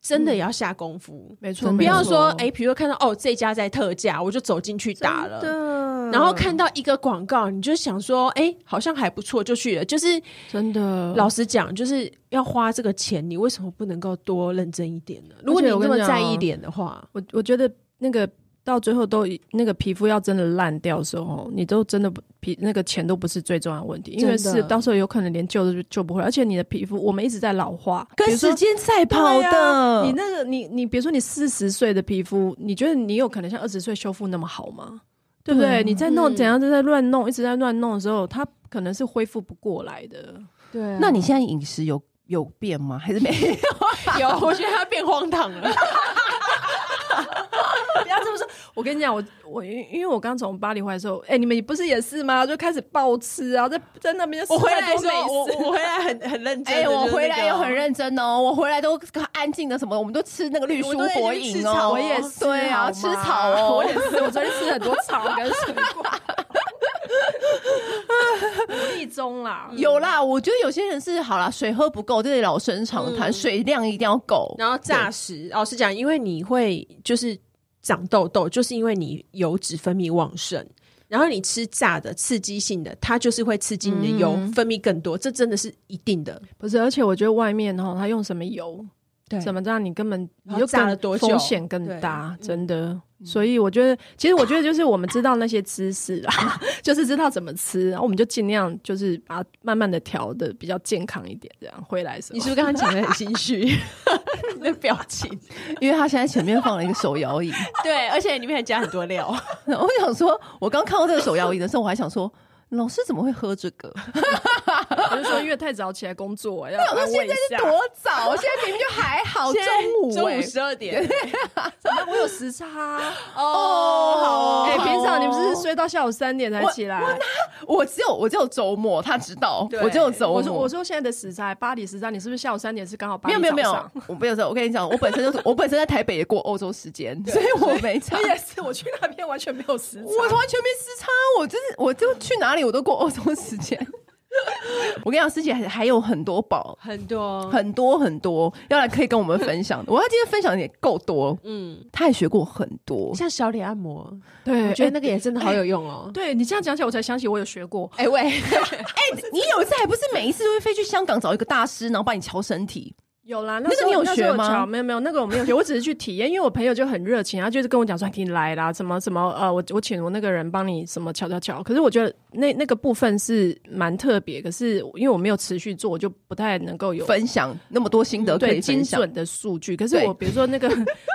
Speaker 2: 真的也要下功夫，
Speaker 3: 没
Speaker 1: 真
Speaker 3: 错，
Speaker 1: 的
Speaker 2: 不要说
Speaker 3: 没错
Speaker 2: 哎，比如看到哦这家在特价，我就走进去打了。
Speaker 3: 的
Speaker 2: 然后看到一个广告，你就想说，哎、好像还不错，就去了。就是
Speaker 3: 真的
Speaker 2: 老实讲，就是要花这个钱，你为什么不能够多认真一点呢？如果
Speaker 3: 而
Speaker 2: 你啊
Speaker 3: 且我
Speaker 2: 那
Speaker 3: 跟你
Speaker 2: 么
Speaker 3: 讲
Speaker 2: 在
Speaker 3: 哦
Speaker 2: 意脸的话，
Speaker 3: 我我觉得那个到最后都那个皮肤要真的烂掉的时候，你都真的不皮那个钱都不是最重要的问题，因为
Speaker 2: 真
Speaker 3: 是
Speaker 2: 的
Speaker 3: 到时候有可能连救都救不回来，而且你的皮肤我们一直在老化，比
Speaker 1: 跟
Speaker 3: 如说
Speaker 1: 时间赛跑
Speaker 3: 对啊
Speaker 1: 的
Speaker 3: 你。那个你你比如说你四十岁的皮肤，你觉得你有可能像二十岁修复那么好吗？对不对？
Speaker 1: 对啊
Speaker 3: 你在弄
Speaker 2: 嗯
Speaker 3: 怎样就在乱弄，一直在乱弄的时候，它可能是恢复不过来的。
Speaker 2: 对啊、
Speaker 1: 那你现在饮食有有变吗？还是没 有？
Speaker 2: 有， 我觉得他变荒唐了。
Speaker 3: 不要这么说，我跟你讲，我我因因为我刚从巴黎回来的时候，哎，你们不是也是吗？就开始暴吃啊，在在那边
Speaker 2: 我回 来的时
Speaker 3: 吃太多
Speaker 2: 候，我
Speaker 3: 美食
Speaker 2: 我回来很很认真
Speaker 1: 哎、
Speaker 2: 的。
Speaker 1: 我
Speaker 2: 就是
Speaker 1: 回
Speaker 2: 那
Speaker 1: 来
Speaker 2: 个
Speaker 1: 又很认真哦，我回来都安静的什么，我们都吃那个绿蔬果饮哦，
Speaker 3: 我也是，
Speaker 1: 对啊，
Speaker 3: 好吗
Speaker 1: 吃草哦
Speaker 3: 我，也是，我昨天吃很多草跟水果， 无意中啦，
Speaker 1: 有啦，我觉得有些人是好啦，水喝不够，这是老生常谈，水量一定要够。
Speaker 2: 然后炸食，老实讲，因为你会就是长痘痘，就是因为你油脂分泌旺盛。然后你吃炸的、刺激性的，它就是会刺激你的油分泌更多，这真的是一定的。
Speaker 3: 不是，而且我觉得外面哈，它用什么油，
Speaker 2: 对
Speaker 3: 怎么让你根本你
Speaker 2: 后
Speaker 3: 就
Speaker 2: 炸
Speaker 3: 更
Speaker 2: 了多久
Speaker 3: 风险更大，真的。所以我觉得，其实我觉得就是我们知道那些知识啦， 就是知道怎么吃，然后我们就尽量就是把它慢慢的调的比较健康一点，这样回来的时候
Speaker 2: 你是不是刚刚讲的很心 虚？你的表情，
Speaker 1: 因为他现在前面放了一个手摇椅，
Speaker 2: 对，而且里面还加很多料。
Speaker 1: 我想说，我刚看到这个手摇椅的时候，我还想说，老师怎么会喝这个？
Speaker 3: 我就说因为太早起来工作， 要
Speaker 1: 我想说
Speaker 3: 安慰
Speaker 1: 现
Speaker 3: 一
Speaker 1: 在是
Speaker 3: 下。
Speaker 1: 多早，现在明明就还好，中午、欸、
Speaker 2: 中午十二点
Speaker 3: 我有时差啊，
Speaker 2: 哦，好哦，
Speaker 3: 哎，
Speaker 1: 好
Speaker 3: 平常你不是睡到下午三点才起来？
Speaker 1: 我只有我只有周末，他知道
Speaker 2: 对，
Speaker 1: 我只有周末。
Speaker 3: 我说我说现在的时差，巴黎时差，你是不是下午三点是刚好巴
Speaker 1: 没
Speaker 3: 黎
Speaker 1: 有没有没
Speaker 3: 早
Speaker 1: 有
Speaker 3: 上，
Speaker 1: 我没有说，我跟你讲，我本身 就是我本身在台北也过欧洲时间，所以我没差。
Speaker 3: 我也是，我去那边完全没有时差。
Speaker 1: 我完全没时差，我真是我就去哪里我都过欧洲时 间。我跟你讲，师姐还还有很多宝，
Speaker 2: 很多，
Speaker 1: 很多很多要来可以跟我们分享的。我要今天分享的也够多，
Speaker 2: 嗯，
Speaker 1: 她也学过很多。
Speaker 2: 像小脸按摩，
Speaker 3: 对，
Speaker 2: 我觉得那
Speaker 3: 哎
Speaker 2: 个也真的好有用哦。
Speaker 3: 对你这样讲起来，我才想起我有学过。
Speaker 2: 哎喂，
Speaker 1: 哎、你有一次还不是每一次都会飞去香港找一个大师，然后帮你敲身体？
Speaker 3: 有啦，
Speaker 1: 那个
Speaker 3: 时候
Speaker 1: 你有
Speaker 3: 时候
Speaker 1: 学吗
Speaker 3: 瞧没有没有，那个我没有学，我只是去体验，因为我朋友就很热情，他就是跟我讲说，哎你来啦，什么什么，呃，我我请我那个人帮你什么瞧瞧瞧。可是我觉得那那个部分是蛮特别，可是因为我没有持续做，我就不太能够有嗯
Speaker 1: 分享那么多心得可
Speaker 3: 对
Speaker 1: 以
Speaker 3: 精
Speaker 1: 分享，
Speaker 3: 准的数据。可是
Speaker 1: 对
Speaker 3: 我比如说那 个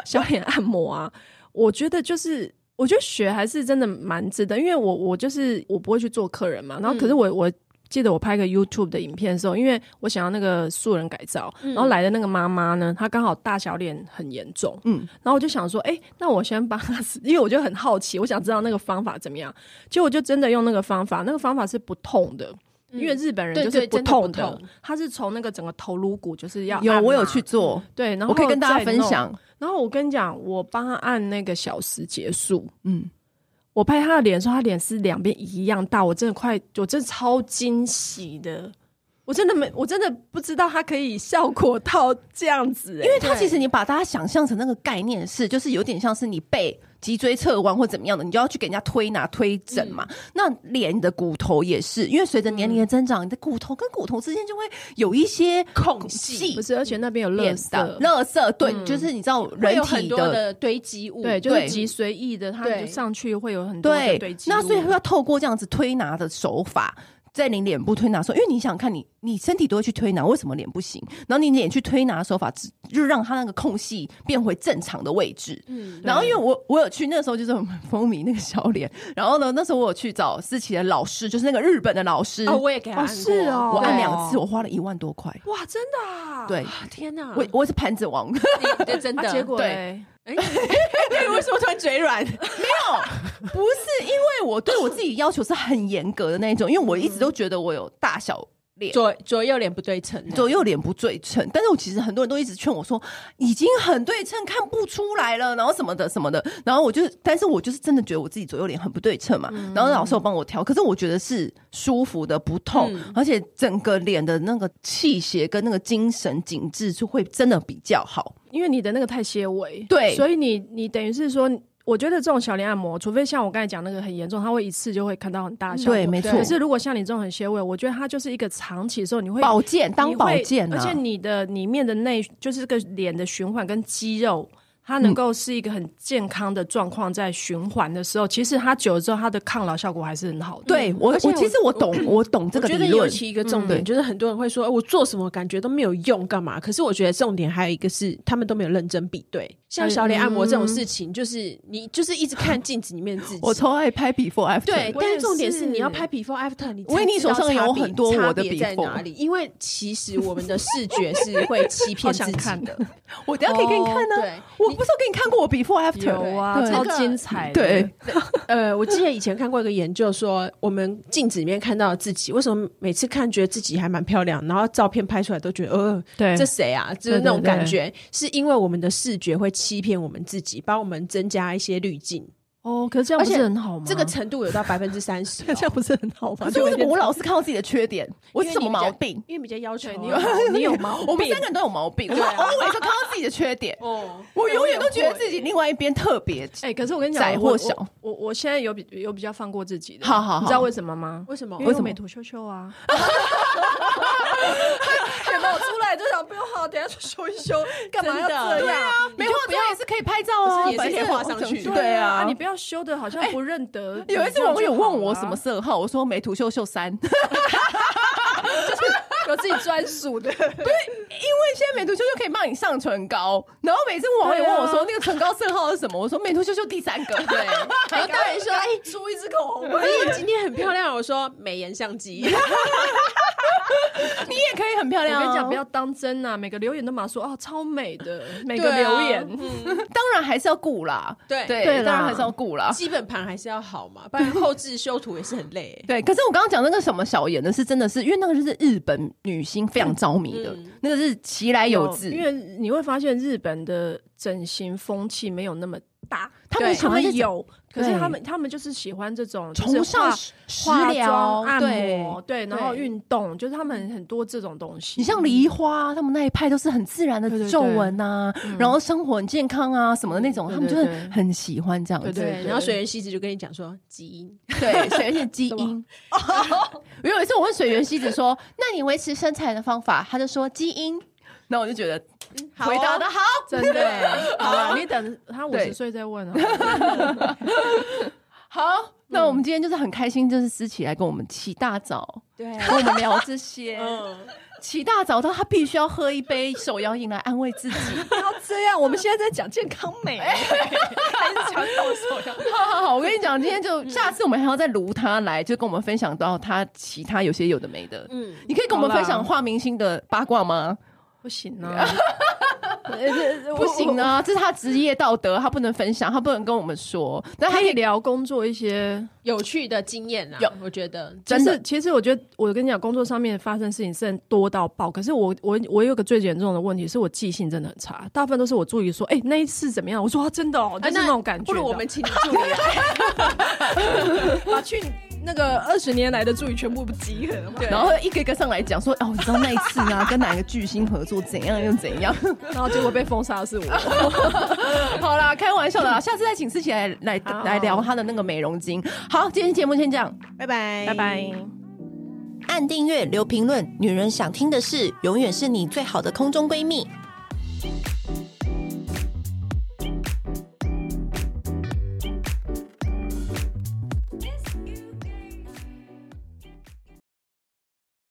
Speaker 3: 小脸按摩啊，我觉得就是。我觉得学还是真的蛮值得，因为我我就是我不会去做客人嘛，然后可
Speaker 1: 嗯
Speaker 3: 是我、我记得我拍个 YouTube 的影片的时候，因为我想要那个素人改造，
Speaker 1: 嗯
Speaker 3: 然后来的那个妈妈呢，她刚好大小脸很严重，
Speaker 1: 嗯，
Speaker 3: 然后我就想说，哎、那我先帮他， 因为我就很好奇，我想知道那个方法怎么样。结果我就真的用那个方法，那个方法是不痛的，
Speaker 1: 嗯
Speaker 3: 因为日本人
Speaker 2: 对
Speaker 3: 就是
Speaker 2: 对
Speaker 3: 不
Speaker 2: 真的
Speaker 3: 痛
Speaker 2: 不痛
Speaker 3: 他是从那个整个头颅骨就是要
Speaker 1: 有
Speaker 3: 按
Speaker 1: 我有
Speaker 3: 嘛
Speaker 1: 去做，
Speaker 3: 对，然后
Speaker 1: 我可以跟大家
Speaker 3: 再
Speaker 1: 分
Speaker 3: 弄。
Speaker 1: 享。
Speaker 3: 然后我跟你讲，我帮他按那个小时结束，
Speaker 1: 嗯，
Speaker 3: 我拍他的脸的时候，他脸是两边一样大，我真的快，我真的超惊喜的。我真的没，我真的不知道他可以效果到这样子、欸，因
Speaker 1: 因为它其实你把大家想象成那个概念是，就是有点像是你被脊椎侧弯或怎么样的，你就要去给人家推拿推诊嘛。
Speaker 3: 嗯
Speaker 1: 那脸你的骨头也是，因为随着年龄的增长，你的骨头跟骨头之间就会有一些
Speaker 2: 空隙
Speaker 1: 隙
Speaker 3: 不是，而且那边有垃
Speaker 1: 变大，
Speaker 3: 圾，嗯
Speaker 1: 垃圾对，就是你知道
Speaker 2: 会
Speaker 1: 人
Speaker 2: 有很
Speaker 1: 体
Speaker 2: 多的堆积物，
Speaker 3: 对，就是
Speaker 1: 对
Speaker 3: 脊髓液的，它
Speaker 2: 对
Speaker 3: 就上去会有很多的
Speaker 1: 对
Speaker 3: 堆，积物。
Speaker 1: 那所以要透过这样子推拿的手法。在你脸部推拿的时候，因为你想看你，你身体都会去推拿，为什么脸不行？然后你脸去推拿的手法，只就让它那个空隙变回正常的位置。
Speaker 2: 嗯，
Speaker 1: 然后因为我我有去那时候就是很风靡那个小脸，然后呢那时候我有去找思琪的老师，就是那个日本的老师，
Speaker 2: 哦，我也给他按过，
Speaker 3: 是哦
Speaker 1: 我按
Speaker 3: 对
Speaker 1: 两次，我花了一万多块。
Speaker 3: 哇，真的、啊，
Speaker 1: 对，
Speaker 2: 啊天哪，
Speaker 1: 我我是盘子 王，不
Speaker 2: 你对真
Speaker 3: 啊
Speaker 2: 的
Speaker 3: 结果
Speaker 1: 对
Speaker 3: 嘞
Speaker 2: 哎， 对，为什么突然嘴软？
Speaker 1: 是因为我对我自己要求是很严格的那一种，因为我一直都觉得我有大小脸。
Speaker 2: 左左右脸不对称，
Speaker 1: 左右脸不对称，但是我其实很多人都一直劝我说，已经很对称，看不出来了，然后什么的什么的，然后我就，但是我就是真的觉得我自己左右脸很不对称嘛，然后老师有帮我调，可是我觉得是舒服的，不痛，而且整个脸的那个气血跟那个精神紧致就会真的比较好，
Speaker 3: 因为你的那个太些微，
Speaker 1: 对
Speaker 3: 所以你你等于是说，我觉得这种小脸按摩，除非像我刚才讲那个很严重，它会一次就会看到很大的效果。
Speaker 1: 对没错
Speaker 3: 可是如果像你这种很些微，我觉得它就是一个长期的时候，你会
Speaker 1: 保健
Speaker 3: 你
Speaker 1: 当
Speaker 3: 会
Speaker 1: 保健、啊，
Speaker 3: 而且你的里面的内就是这个脸的循环跟肌肉。它能够是一个很健康的状况在循环的时候，其实它久了之后，它的抗老效果还是很好的。
Speaker 1: 对我，
Speaker 2: 而且
Speaker 1: 我其实
Speaker 2: 我
Speaker 1: 我懂，我懂这
Speaker 2: 我
Speaker 1: 个
Speaker 2: 觉
Speaker 1: 理
Speaker 2: 得尤
Speaker 1: 论。嗯
Speaker 2: 其一个重点、就是很多人会说，哎我做什么感觉都没有用，干嘛？可是我觉得重点还有一个是，他们都没有认真比对。嗯像小脸按摩这种事情，就是你就是一直看镜子里面自己。
Speaker 1: 我超爱拍 before after。
Speaker 2: 对，
Speaker 3: 我
Speaker 2: 但
Speaker 3: 也
Speaker 2: 是重点是
Speaker 3: 是
Speaker 2: 你要拍 before after，你才
Speaker 1: 维尼
Speaker 2: 知道
Speaker 1: 手上有
Speaker 2: 差别
Speaker 1: 很多我的
Speaker 2: 差别在
Speaker 1: before
Speaker 2: 哪里？因为其实我们的视觉是会 欺骗
Speaker 3: 好
Speaker 2: 自
Speaker 3: 想
Speaker 2: 己
Speaker 3: 看
Speaker 2: 的，
Speaker 1: 我等一下可以给你看呢、啊
Speaker 2: 哦对
Speaker 1: 我不是有给你看过我 before after？
Speaker 3: 有啊，
Speaker 1: 对
Speaker 3: 超
Speaker 2: 这个
Speaker 3: 精彩的。
Speaker 1: 对，
Speaker 2: 呃，我记得以前看过一个研究说，我们镜子里面看到的自己，为什么每次看觉得自己还蛮漂亮，然后照片拍出来都觉得，呃，
Speaker 3: 对
Speaker 2: 这谁啊？就是
Speaker 3: 对
Speaker 2: 那种
Speaker 3: 对
Speaker 2: 感
Speaker 3: 对
Speaker 2: 觉，是因为我们的视觉会欺骗我们自己，帮我们增加一些滤镜，
Speaker 3: 哦，可是这样
Speaker 2: 而
Speaker 3: 不
Speaker 2: 且
Speaker 3: 是很好吗？
Speaker 2: 这个程度有到百分之三十。哦
Speaker 1: 这样不是很好吗？ 可
Speaker 3: 可是
Speaker 1: 是
Speaker 3: 为
Speaker 1: 为什
Speaker 3: 什
Speaker 1: 么
Speaker 3: 么我
Speaker 1: 我
Speaker 3: 老
Speaker 1: 老是看到自己的缺点？我是什么毛病？
Speaker 2: 因为比较要求
Speaker 3: 对你
Speaker 2: 啊
Speaker 3: 有你有毛
Speaker 1: 我们
Speaker 3: 病
Speaker 1: 三个。人都有毛病，我
Speaker 2: 对
Speaker 1: 们
Speaker 2: 啊
Speaker 1: always 都看到自己的缺点。
Speaker 2: 哦，
Speaker 1: 我
Speaker 2: 对
Speaker 1: 永远都觉得
Speaker 2: 会
Speaker 1: 自己另外一边特别。
Speaker 3: 哎、可是我跟你讲，
Speaker 1: 窄
Speaker 3: 我我
Speaker 1: 或小
Speaker 3: 我我现在有比有比较放过自己的，
Speaker 1: 好好好
Speaker 3: 你知道为什么吗？
Speaker 2: 为什么
Speaker 3: 因为
Speaker 1: 什
Speaker 3: 我
Speaker 1: 么
Speaker 3: 美图秀秀 啊，还冒出来就想不用好，等一下去修 一修，干嘛要
Speaker 2: 真的
Speaker 3: 这样？
Speaker 2: 对啊
Speaker 1: 没化妆也是可以拍照啊，
Speaker 2: 不是也是可以画上去
Speaker 1: 反正
Speaker 3: 对
Speaker 1: 对啊，哎
Speaker 3: 你不要修的好像不认得。
Speaker 1: 有一次网友问
Speaker 2: 啊
Speaker 1: 我什么
Speaker 3: 事，
Speaker 1: 色号，我说美图秀秀三， 因为
Speaker 3: 有自己专属 的，
Speaker 1: 现在美图秀秀可以帮你上唇膏，然后每次网友问我
Speaker 3: 对
Speaker 1: 说
Speaker 3: 啊
Speaker 1: 那个唇膏色号是什么，我说美图秀秀第 三个，对，
Speaker 2: 然后大人说，哎，
Speaker 3: 出一支口红吧。
Speaker 2: 我也今天很漂亮，我说美颜相机。
Speaker 1: 你也可以很漂
Speaker 3: 我
Speaker 1: 亮啊。
Speaker 3: 跟你讲，不要当真呐、每个留言都马说啊，超美的，每个
Speaker 2: 对啊
Speaker 3: 留言。
Speaker 1: 当然还是要顾啦，
Speaker 2: 对
Speaker 3: 对
Speaker 1: 对，啊
Speaker 3: 啦
Speaker 1: 当然还是要顾啦。
Speaker 2: 基本盘还是要好嘛，不然后置修图也是很累、欸
Speaker 1: 对，可是我刚刚讲那个什么小妍的是真的是，因为那个就是日本女星非常着迷的，
Speaker 2: 嗯
Speaker 1: 那个是其
Speaker 3: 哎
Speaker 1: 来有自，
Speaker 3: 因为你会发现日本的整形风气没有那么大，
Speaker 1: 他们
Speaker 3: 他
Speaker 1: 喜欢
Speaker 3: 们
Speaker 1: 这种
Speaker 3: 有，可是
Speaker 1: 对
Speaker 3: 他们他们就是喜欢这种就是
Speaker 1: 崇尚
Speaker 3: 化
Speaker 1: 食
Speaker 3: 化
Speaker 1: 疗
Speaker 3: 妆、按
Speaker 1: 对
Speaker 3: 摩，对，然后
Speaker 1: 对
Speaker 3: 运动，就是他们很多这种东西。
Speaker 1: 你像梨花他们那一派都是很自然的
Speaker 3: 对对对
Speaker 1: 皱纹呐，然后生活很健康啊什么的那种，
Speaker 3: 嗯对
Speaker 1: 他们就
Speaker 3: 对
Speaker 1: 是
Speaker 3: 对
Speaker 1: 很喜欢这样子。
Speaker 3: 对对
Speaker 2: 然后水原希子就跟你讲说基因，
Speaker 1: 对， 水原基因。 我有一次我问水原希子说：“那你维持身材的方法？”他就说：“基因。”那我就觉得
Speaker 3: 啊
Speaker 2: 好哦
Speaker 1: 回答的好，
Speaker 3: 真 的，好啦你等他五
Speaker 1: 对
Speaker 3: 十岁再问啊。
Speaker 1: 好。
Speaker 3: 嗯
Speaker 1: 那我们今天就是很开心，就是思琪来跟我们起大早，
Speaker 2: 对，
Speaker 1: 跟我们聊这些。
Speaker 2: 嗯，
Speaker 1: 起大早到他必须要喝一杯手摇饮来安慰 自己。
Speaker 3: 不要 这样，我们现在在讲健康美，还是讲到手要
Speaker 1: 好好好，我跟你讲，今天就
Speaker 3: 嗯
Speaker 1: 下次我们还要再撸他来，就跟我们分享到他其他有些有的没的。嗯
Speaker 2: 嗯，
Speaker 1: 你可以跟我们
Speaker 3: 好啦
Speaker 1: 分享化明星的八卦吗？
Speaker 3: 不行 啊，呃不
Speaker 1: 不行啊，这是他职业道德，他不能分享，他不能跟我们说。但他
Speaker 3: 可
Speaker 1: 可以
Speaker 3: 以聊工作一些，
Speaker 2: 有趣的经验啦，
Speaker 1: 有
Speaker 2: 我觉得
Speaker 1: 真的
Speaker 3: 其实其实我觉得我跟你讲，工作上面发生事情是很多到爆。可是我我我有个最严重的问题，是我记性真的很差，大部分都是我助理说，哎、那一次怎么样？我说、啊、真的哦，就是那种感
Speaker 2: 不
Speaker 3: 觉的、
Speaker 2: 如我们请你助理啊 来，
Speaker 3: 把去那个二十年来的助理全部集合，
Speaker 2: 对，
Speaker 1: 然后一个一个上来讲说，哦，你知道那一次啊，跟哪个巨星合作怎样又怎 样？
Speaker 3: 然后结果被封杀的是我。
Speaker 1: 好啦，开玩笑的啦，下次再请思琪来来
Speaker 3: 好
Speaker 1: 来聊她的那个美容经。好，今天节目先这样，
Speaker 2: 拜拜
Speaker 3: 拜拜。
Speaker 4: 按订阅，留评论，女人想听的事，永远是你最好的空中闺蜜。